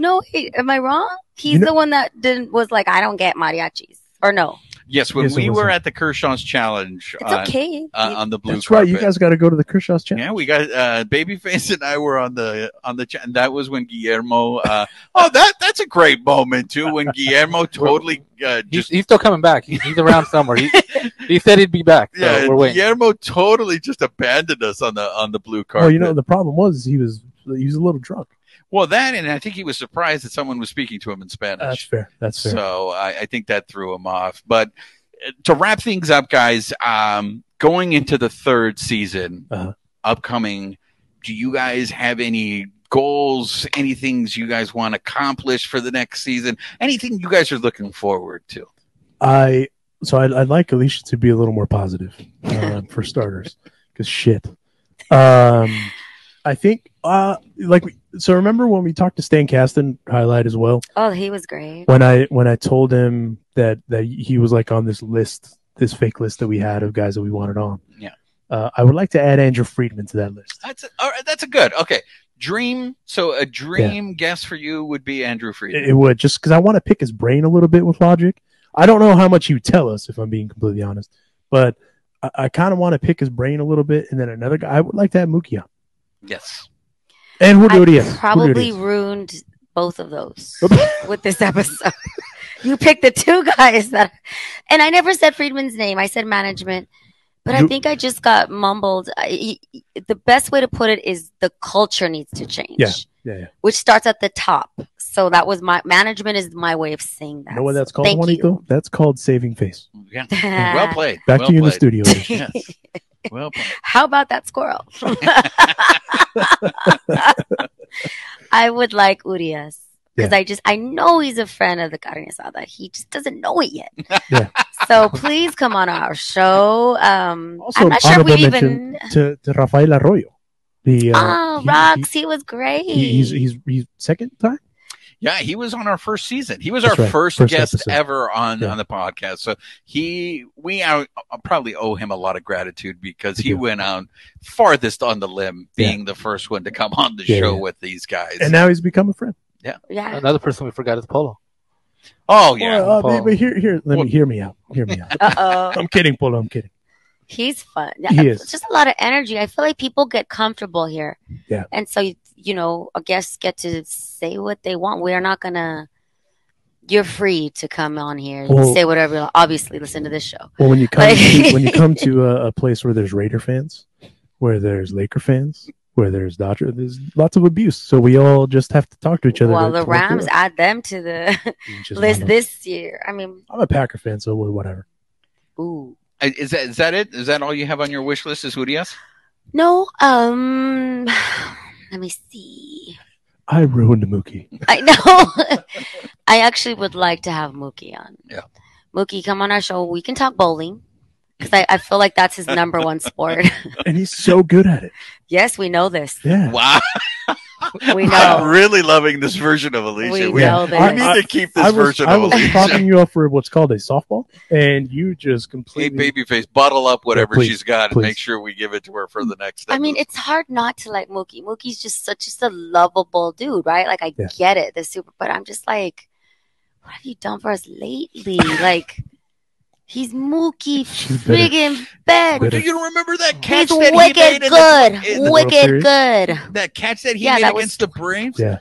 S3: No, wait, am I wrong? He's
S4: You know-
S3: the one that didn't was like, I don't get mariachis or no.
S2: Yes, when
S4: Yes, it
S2: we
S4: was
S2: were
S4: him.
S2: at the Kershaw's Challenge
S3: It's
S2: on,
S3: okay.
S2: uh, on the blue
S4: That's right. You
S2: carpet.
S4: guys got to go to the Kershaw's channel.
S2: Yeah, we got uh, Babyface and I were on the on the chat, and that was when Guillermo. Uh, oh, that that's a great moment too when Guillermo totally uh,
S5: He's,
S2: just
S5: he's still coming back. He's, he's around somewhere. He, he said he'd be back.
S4: Uh,
S5: So
S2: yeah
S5: we're waiting.
S2: Guillermo totally just abandoned us on the on the blue carpet.
S4: Well, Oh, you know the problem was he was he was a little drunk.
S2: well that and I think he was surprised that someone was speaking to him in
S4: That's
S2: Spanish,
S4: fair. That's fair.
S2: so I, I think that threw him off. But uh, to wrap things up, guys, um, going into the third season,
S4: Uh-huh.
S2: upcoming. Do you guys have any goals? Any things you guys want to accomplish for the next season? Anything you guys are looking forward to?
S4: I so I'd, I'd like Alicia to be a little more positive um, for starters, because shit. Um, I think uh like we, so. Remember when we talked to Stan Kasten highlight as well
S3: Oh, he was great.
S4: when I when I told him that that he was like on this list, this fake list that we had of guys that we wanted on.
S2: Yeah.
S4: Uh, I would like to add Andrew Friedman to that list.
S2: That's a, all right, that's a good okay. Dream. So a dream guess for you would be Andrew Friedman.
S4: It, it would just because I want to pick his brain a little bit with logic. I don't know how much he would tell us if I'm being completely honest, but I, I kind of want to pick his brain a little bit. And then another guy, I would like to have Mookie on.
S2: yes.
S4: and Julio
S3: I
S4: Diaz. Julio
S3: probably
S4: Diaz.
S3: ruined both of those with this episode. you picked the two guys that, and I never said Friedman's name. I said management, but I
S4: You-
S3: think I just got mumbled. I, the best way to put it is the culture needs to change.
S4: Yeah, yeah.
S3: which starts at the top. So that was my management is my way of saying that.
S4: You know what
S3: So
S4: that's called,
S3: thank
S4: Juanito?
S3: you.
S4: That's called saving face.
S2: Yeah. Well played.
S4: Back
S2: well
S4: to you in the
S2: played.
S4: studio. Alicia.
S2: Yes. Well played.
S3: How about that squirrel? I would like Urias because
S4: Yeah.
S3: I just I know he's a friend of the carne asada. He just doesn't know it yet.
S4: Yeah.
S3: So please come on our show. Um,
S4: Also,
S3: I'm not sure
S4: honorable
S3: we
S4: mention
S3: even.
S4: to, to Rafael Arroyo. The, uh,
S3: oh,
S4: he-
S3: Rox, he, was great.
S4: he- he- he's, he's, he's second time.
S2: Yeah, he was on our first season. He was
S4: That's
S2: our
S4: right,
S2: first,
S4: first
S2: guest
S4: episode.
S2: ever on
S4: Yeah.
S2: on the podcast. So he, we out, uh, probably owe him a lot of gratitude because
S4: We
S2: he
S4: do.
S2: went out farthest on the limb,
S4: Yeah.
S2: being the first one to come on the
S4: Yeah,
S2: show
S4: yeah.
S2: with these guys.
S4: And now he's become a friend.
S3: yeah.
S5: Another person we forgot is Polo.
S2: oh yeah,
S4: Well, uh,
S5: Paul.
S4: but here, here, let
S2: Well-
S4: me hear me out. Hear me out.
S3: Uh oh,
S4: I'm kidding, Polo. I'm kidding.
S3: he's fun.
S4: He is.
S3: Just a lot of energy. I feel like people get comfortable here.
S4: Yeah.
S3: And so you know, our guests get to say what they want. We are not gonna. You're free to come on here,
S4: Well-
S3: say whatever. you Obviously, listen to this show.
S4: Well, when you come,
S3: Like-
S4: to, when you come to a, a place where there's Raider fans, where there's Laker fans, where there's Dodger, there's lots of abuse. So we all just have to talk to each other.
S3: Well,
S4: to-
S3: the
S4: to work
S3: Rams
S4: through it.
S3: add them to the
S4: You just
S3: list
S4: wanna-
S3: this year. I mean,
S4: I'm a Packer fan, so whatever.
S3: ooh.
S2: I- is that is that it? Is that all you have on your wish list? Is Udias?
S3: No, um, let me see.
S4: I ruined Mookie.
S3: I know. I actually would like to have Mookie on.
S2: Yeah.
S3: Mookie, come on our show. We can talk bowling because I, I feel like that's his number one sport.
S4: and he's so good at it.
S3: yes, we know this.
S4: Yeah.
S2: Wow.
S3: We
S2: I'm
S3: know.
S2: really loving this version of Alicia.
S3: We
S2: We,
S3: know
S2: we
S3: this.
S2: need to keep this
S4: I was,
S2: version
S4: I
S2: of
S4: was
S2: Alicia.
S4: propping you up for what's called a softball, and you just
S2: Hey,
S4: completely.
S2: babyface, bottle up whatever
S4: Yeah, please,
S2: she's got and
S4: please.
S2: make sure we give it to her for the next.
S3: I mean,
S2: episode.
S3: it's hard not to like Mookie. Mookie's just such just a lovable dude, right? Like I
S4: Yeah.
S3: get it, the super, but I'm just like, what have you done for us lately? like he's Mookie
S4: She's bitter.
S3: friggin' bed.
S4: Bitter.
S2: Do you remember that catch
S3: He's
S2: that he made
S3: wicked
S2: in
S3: good,
S2: The, in the-
S4: World
S3: wicked
S4: Series?
S3: good.
S2: that catch that he
S3: Yeah,
S2: made
S3: that was-
S2: against the Braves?
S4: Yeah.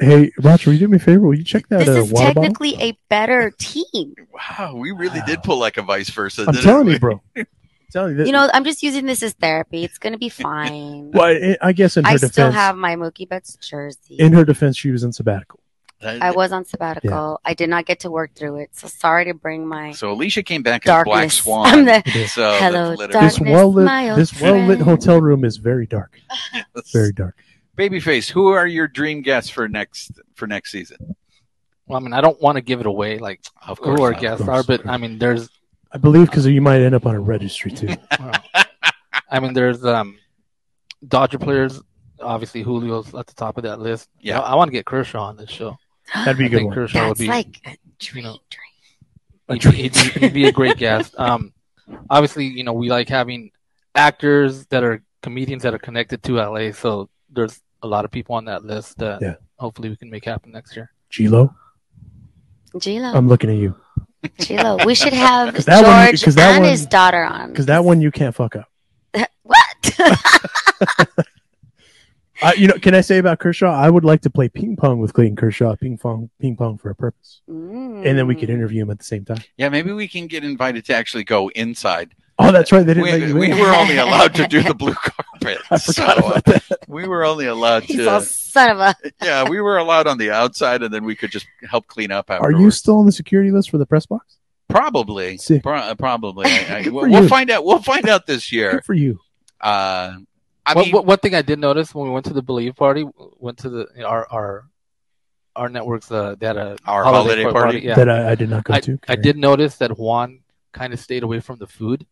S4: Hey, Roger, will you do me a favor? Will you check that
S3: This
S4: uh,
S3: is
S4: water bottle?
S3: technically a better team.
S2: Wow, we really did pull like a vice versa.
S4: I'm
S2: didn't
S4: telling
S2: we?
S4: you, bro. I'm telling you, that,
S3: You know, I'm just using this as therapy. It's gonna be fine.
S4: Well, I- I guess in her
S3: I
S4: defense,
S3: still have my Mookie Betts jersey.
S4: in her defense, she was in sabbatical.
S3: I was on sabbatical. I did not get to work through it. So sorry to bring my
S2: So Alicia came back as
S3: darkness.
S2: Black Swan.
S3: I'm the
S4: It is.
S2: so that's
S3: Hello,
S2: literally-
S3: darkness,
S4: this well
S3: my
S4: lit,
S3: old
S4: this well lit
S3: friend.
S4: hotel room is very dark. Very dark.
S2: Babyface, who are your dream guests for next for next season?
S5: Well, I mean, I don't want to give it away, like
S2: Of
S5: who our
S2: not.
S5: guests
S4: Of
S5: are,
S4: course,
S5: but
S4: of
S5: I mean, there's,
S4: I believe because you might end up on a registry too.
S5: well, I mean, there's um, Dodger players. Obviously, Julio's at the top of that list.
S2: Yeah.
S5: I, I want to get Kershaw on this show.
S4: That'd be a
S5: I
S4: good
S5: think
S4: one.
S5: Kershaw would
S3: That's
S5: be
S3: like a dream,
S5: know,
S3: dream.
S4: A
S5: He'd,
S4: dream.
S5: he'd, he'd be a great guest. Um, obviously, you know, we like having actors that are comedians that are connected to LA. So there's a lot of people on that list that
S4: Yeah.
S5: hopefully we can make happen next year.
S4: Gilo,
S3: Gilo,
S4: I'm looking at you
S3: Gilo. We should have
S4: Oh. 'Cause that one-
S3: George
S4: 'cause that
S3: and
S4: one-
S3: his daughter on.
S4: because that one you can't fuck up.
S3: what?
S4: I, you know, can I say about Kershaw? I would like to play ping pong with Clayton Kershaw. Ping pong, ping pong for a purpose, and then we
S3: Mm.
S4: could interview him at the same time.
S2: Yeah, maybe we can get invited to actually go inside.
S4: Oh, that's right. They didn't let
S2: We,
S4: you
S2: we
S4: in.
S2: were only allowed to do the blue carpet.
S4: I forgot
S2: so, uh,
S4: about that.
S2: We were only allowed
S3: He's all
S2: to.
S3: son of a.
S2: Yeah, we were allowed on the outside, and then we could just help clean up
S4: Are
S2: afterwards.
S4: you still on the security list for the press box?
S2: Probably,
S4: Sick.
S2: Pro- uh, probably. I, I,
S4: Good
S2: we'll,
S4: for
S2: we'll
S4: you.
S2: find out. We'll find out this year.
S4: Good for you.
S2: Uh, I
S5: One-
S2: mean,
S5: one- one thing I did notice when we went to the Believe party, went to the our our our networks uh, that a
S2: Our holiday
S5: par-
S2: party?
S5: Yeah,
S4: That I, I did not go to.
S5: I
S4: Correct.
S5: did notice that Juan kind of stayed away from the food.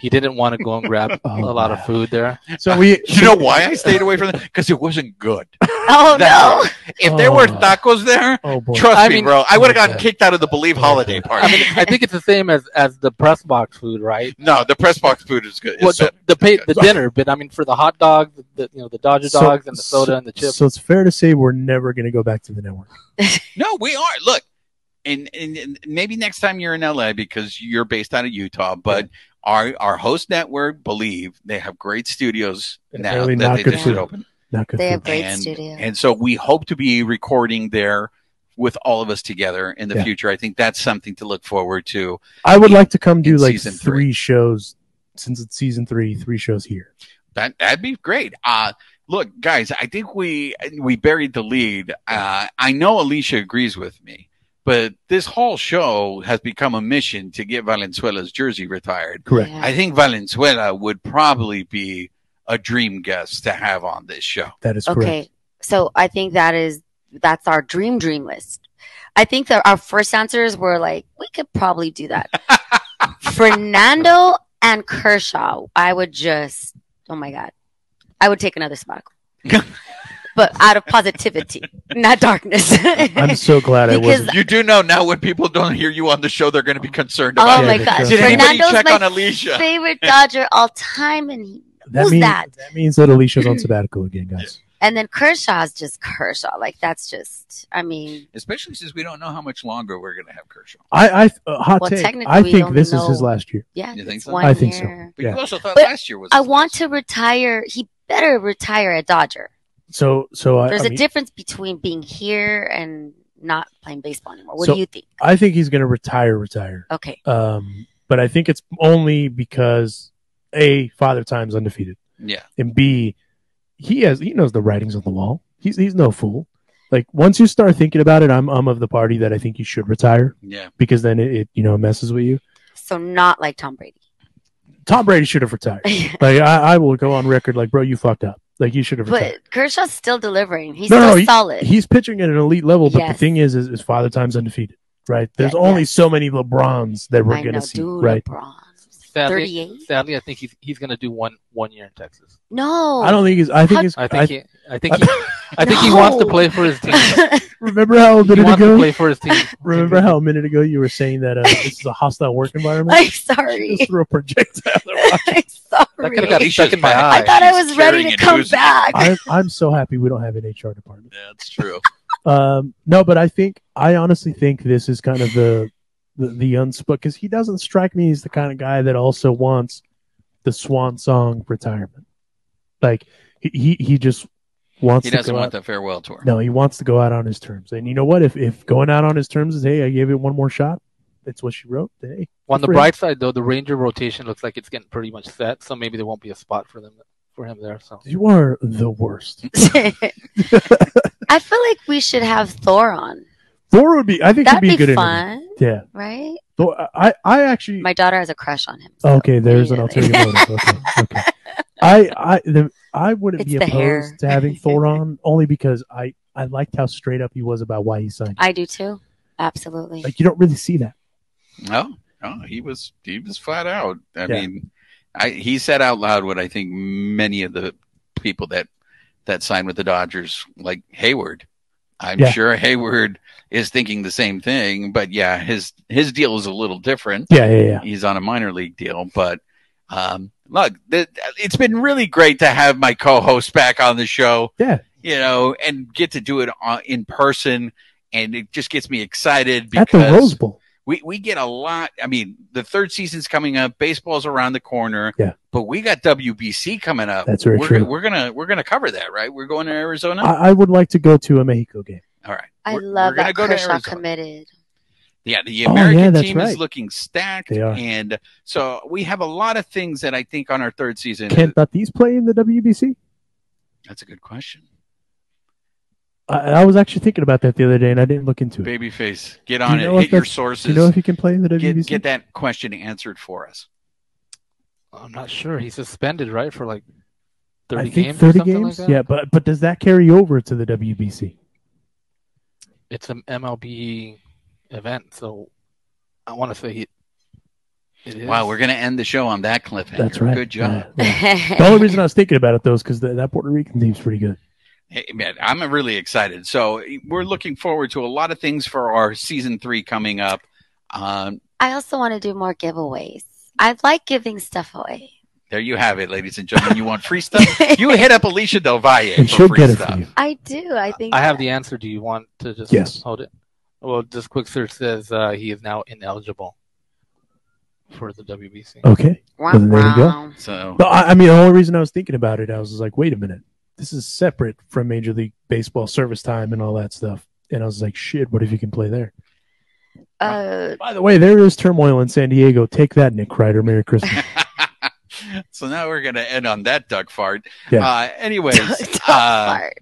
S5: He didn't want to go and grab
S4: Oh,
S5: a lot
S4: wow.
S5: of food there.
S4: So we,
S2: you know why I stayed away from it? Because it wasn't good.
S3: Oh no!
S2: If there were
S4: Oh.
S2: tacos there,
S4: Oh boy.
S2: trust
S5: I
S2: me,
S5: mean-
S2: bro, I would have gotten
S4: Yeah.
S2: kicked out of the Believe holiday party.
S5: I mean, I think it's the same as as the press box food, right?
S2: no, the press box food is good. It's
S5: Well,
S2: so-
S5: the, the pay,
S2: good.
S5: the dinner, but I mean for the hot dog, the, the you know the Dodger
S4: So-
S5: dogs and the soda
S4: so-
S5: and the chips.
S4: So it's fair to say we're never going to go back to the network.
S2: no, we are. Look, and, and, and maybe next time you're in LA because you're based out of Utah, but our our host network Believe they have great studios
S4: And
S2: now
S4: apparently
S2: that
S4: not
S2: they
S4: good
S2: just
S3: food.
S2: open.
S4: Not good.
S3: They
S4: for
S3: have
S4: us.
S3: great
S2: and,
S3: studio.
S2: And so we hope to be recording there with all of us together in the
S4: Yeah.
S2: future. I think that's something to look forward to.
S4: I would like to come do
S2: in
S4: like
S2: season
S4: three,
S2: three.
S4: shows since it's season three, three shows here.
S2: That that'd be great. Uh look, guys, I think we we buried the lead. Uh I know Alicia agrees with me, but this whole show has become a mission to get Valenzuela's jersey retired.
S4: Correct.
S3: Yeah.
S2: I think Valenzuela would probably be a dream guest to have on this show.
S4: That is
S3: okay,
S4: correct.
S3: so I think that is that's our dream dream list. I think that our first answers were like we could probably do that. Fernando and Kershaw, I would just oh my god, I would take another sabbatical, but out of positivity, not darkness.
S4: I'm so glad I
S3: Because-
S4: wasn't.
S2: You do know now when people don't hear you on the show, they're going to be concerned
S3: oh
S2: about
S4: Yeah,
S3: my
S4: that's
S3: gosh,
S4: true.
S2: Did anybody
S3: Fernando's
S2: check
S3: my
S2: on Alicia?
S3: favorite Dodger all time, and he
S4: That
S3: who's
S4: means,
S3: that?
S4: means that Alicia's on sabbatical again, guys.
S3: And then Kershaw's just Kershaw. Like that's just, I mean,
S2: Especially since we don't know how much longer we're going to have Kershaw.
S4: I, I uh, hot
S3: Well,
S4: take.
S3: technically
S4: I
S3: we
S4: think
S3: don't
S4: this is
S3: know.
S4: his last year.
S3: yeah,
S2: You think
S3: it's
S2: so?
S3: one
S4: I think so.
S3: year.
S2: But you
S4: Yeah.
S2: also thought
S3: But
S2: last year was.
S3: I
S2: his
S3: want
S2: last
S3: to retire. He better retire a Dodger.
S4: So, so I, I,
S3: There's a
S4: mean,
S3: difference between being here and not playing baseball anymore. What
S4: So-
S3: do you think?
S4: I think he's going to retire, retire.
S3: Okay.
S4: Um, but I think it's only because a father time's undefeated,
S2: Yeah.
S4: and b he has he knows the writings on the wall. He's he's no fool. Like once you start thinking about it, I'm I'm of the party that I think you should retire
S2: Yeah.
S4: because then it, it you know messes with you.
S3: So not like Tom Brady.
S4: Tom Brady should have retired. Like I, I will go on record, like bro, you fucked up. Like you should have. retired.
S3: But Kershaw's still delivering. He's
S4: No, no,
S3: still
S4: he-
S3: solid.
S4: He's pitching at an elite level, but
S3: Yes.
S4: the thing is, is, is Father Time's undefeated, right? There's
S3: Yeah,
S4: only so many LeBrons that we're
S3: I
S4: gonna
S3: know,
S4: see,
S3: dude,
S4: right?
S3: LeBron.
S5: Sadly,
S3: 38?
S5: sadly, I think he's he's gonna do one one year in Texas.
S3: No.
S4: I don't think he's. I think
S3: Oh. How-
S4: he's.
S5: I
S4: I,
S5: think he, I think he, I think he
S3: No.
S5: wants to play for his team.
S4: remember how a
S5: He
S4: minute
S5: wants to
S4: ago.
S5: play for his team.
S4: Remember how a minute ago you were saying that uh, this is a hostile work environment.
S3: I'm sorry.
S4: Just threw a projectile.
S3: I'm
S5: That
S3: sorry.
S5: could have got
S2: He's
S5: stuck in my
S2: just
S5: eye.
S2: back.
S3: I thought I was
S2: She's
S3: ready
S2: carrying
S3: to
S2: and
S3: come
S2: losing.
S3: back.
S4: I'm, I'm so happy we don't have an HR department.
S2: That's true.
S4: Um, no, but I think I honestly think this is kind of the the, the unspoken because he doesn't strike me as the kind of guy that also wants the swan song retirement. Like he he, he just wants
S2: He
S4: to
S2: doesn't
S4: go
S2: want
S4: out-
S2: the farewell tour.
S4: No, he wants to go out on his terms. And you know what? If if going out on his terms is hey, I gave it one more shot. That's what she wrote. Hey,
S5: On the
S4: for him.
S5: bright side, though, the Ranger rotation looks like it's getting pretty much set, so maybe there won't be a spot for them for him there. So
S4: you are the worst.
S3: I feel like we should have Thor on.
S2: Mm-hmm.
S4: Thor would be. I think
S3: That'd
S4: he'd be,
S3: be,
S4: a good. interview.
S3: fun,
S4: Yeah.
S3: right?
S4: Thor, I I actually
S3: My daughter has a crush on him. so
S4: Okay, there's an
S3: immediately.
S4: alternative motive. Okay, okay. I I the, I wouldn't
S3: It's
S4: be
S3: the
S4: opposed
S3: hair.
S4: to having Thor on only because I I liked how straight up he was about why he signed.
S3: I do too. Absolutely.
S4: Like you don't really see that.
S2: No, no, he was he was flat out. I
S4: Yeah.
S2: mean, I he said out loud what I think many of the people that that signed with the Dodgers, like Hayward. I'm
S4: Yeah.
S2: sure Hayward is thinking the same thing, but yeah, his his deal is a little different.
S4: Yeah, yeah, yeah.
S2: He's on a minor league deal, but um, look, th- it's been really great to have my co-host back on the show.
S4: Yeah.
S2: you know, and get to do it on, in person, and it just gets me excited
S4: At the
S2: because
S4: Rose Bowl,
S2: we we get a lot. I mean, the third season's coming up. Baseball's around the corner.
S4: Yeah.
S2: But we got WBC coming up.
S4: That's very
S2: we're,
S4: true.
S2: We're gonna we're gonna cover that, right? We're going to Arizona.
S4: I, I would like to go to a Mexico game.
S2: All right.
S3: I
S2: We're-
S3: love
S2: we're
S3: that Kershaw
S2: Arizona.
S3: committed.
S2: Yeah, the
S4: Oh, yeah,
S2: American
S4: that's
S2: team is
S4: right.
S2: looking stacked,
S4: They are.
S2: and so we have a lot of things that I think on our third season.
S4: Can not these play in the WBC?
S2: that's a good question.
S4: I, I was actually thinking about that the other day and I didn't look into it.
S2: Babyface, get
S4: Do
S2: on
S4: you
S2: it.
S4: know if
S2: Hit your
S4: that's- Do you know
S2: sources.
S4: if he can play in the
S2: Get,
S4: WBC?
S2: get that question answered for us.
S5: I'm not sure. He's suspended, right, for like
S4: I
S5: thirty
S4: think
S5: games. or
S4: thirty
S5: something
S4: games.
S5: Like that?
S4: yeah, but but does that carry over to the WBC?
S5: it's an MLB event, so I want to say he, it is.
S2: Wow, we're gonna end the show on that cliffhanger.
S4: That's right.
S2: Good job.
S4: Yeah, yeah. The only reason I was thinking about it though is because that Puerto Rican team's pretty good.
S2: Hey, man, I'm really excited. So we're looking forward to a lot of things for our season three coming up. Um,
S3: I also want to do more giveaways. I like giving stuff away.
S2: there you have it, ladies and gentlemen. You want free stuff? You hit up Alicia Del Valle
S4: and
S2: for
S4: she'll
S2: free
S4: get it
S2: stuff.
S4: for you.
S3: I do. I think
S5: I have
S3: that-
S5: the answer. Do you want to just
S4: Yes.
S5: hold it? Well, this quick search says uh, he is now ineligible for the WBC.
S4: Okay.
S3: Wah,
S4: Well, there you go.
S3: wah.
S2: So
S4: But I, I mean, the only reason I was thinking about it, I was just like, wait a minute, this is separate from Major League Baseball service time and all that stuff. And I was like, shit, what if you can play there?
S3: Uh,
S4: By the way, there is turmoil in San Diego. Take that, Nick Ryder. Merry Christmas.
S2: so now we're going to end on that duck fart.
S4: Yeah.
S2: Uh, anyways, uh,
S3: fart.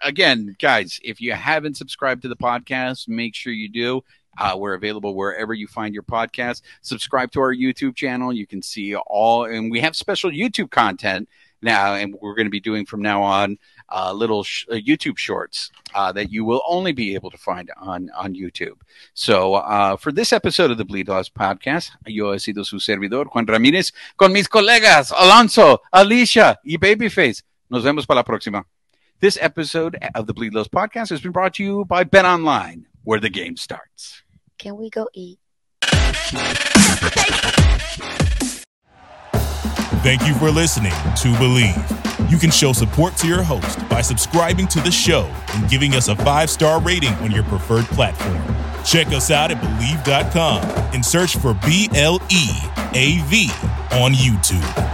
S2: again, guys, if you haven't subscribed to the podcast, make sure you do. Uh, we're available wherever you find your podcast. Subscribe to our YouTube channel. You can see all, and we have special YouTube content now, and we're going to be doing from now on uh, little sh- uh, YouTube shorts uh, that you will only be able to find on on YouTube. So, uh, for this episode of the Bleed Loss Podcast, yo he sido su servidor Juan Ramírez con mis colegas Alonso, Alicia y Babyface. Nos vemos para la próxima. This episode of the Bleed Lows podcast has been brought to you by Bet Online, where the game starts.
S3: Can we go eat?
S1: Thank you for listening to Believe. You can show support to your host by subscribing to the show and giving us a five star rating on your preferred platform. Check us out at Believe.com and search for B L E A V on YouTube.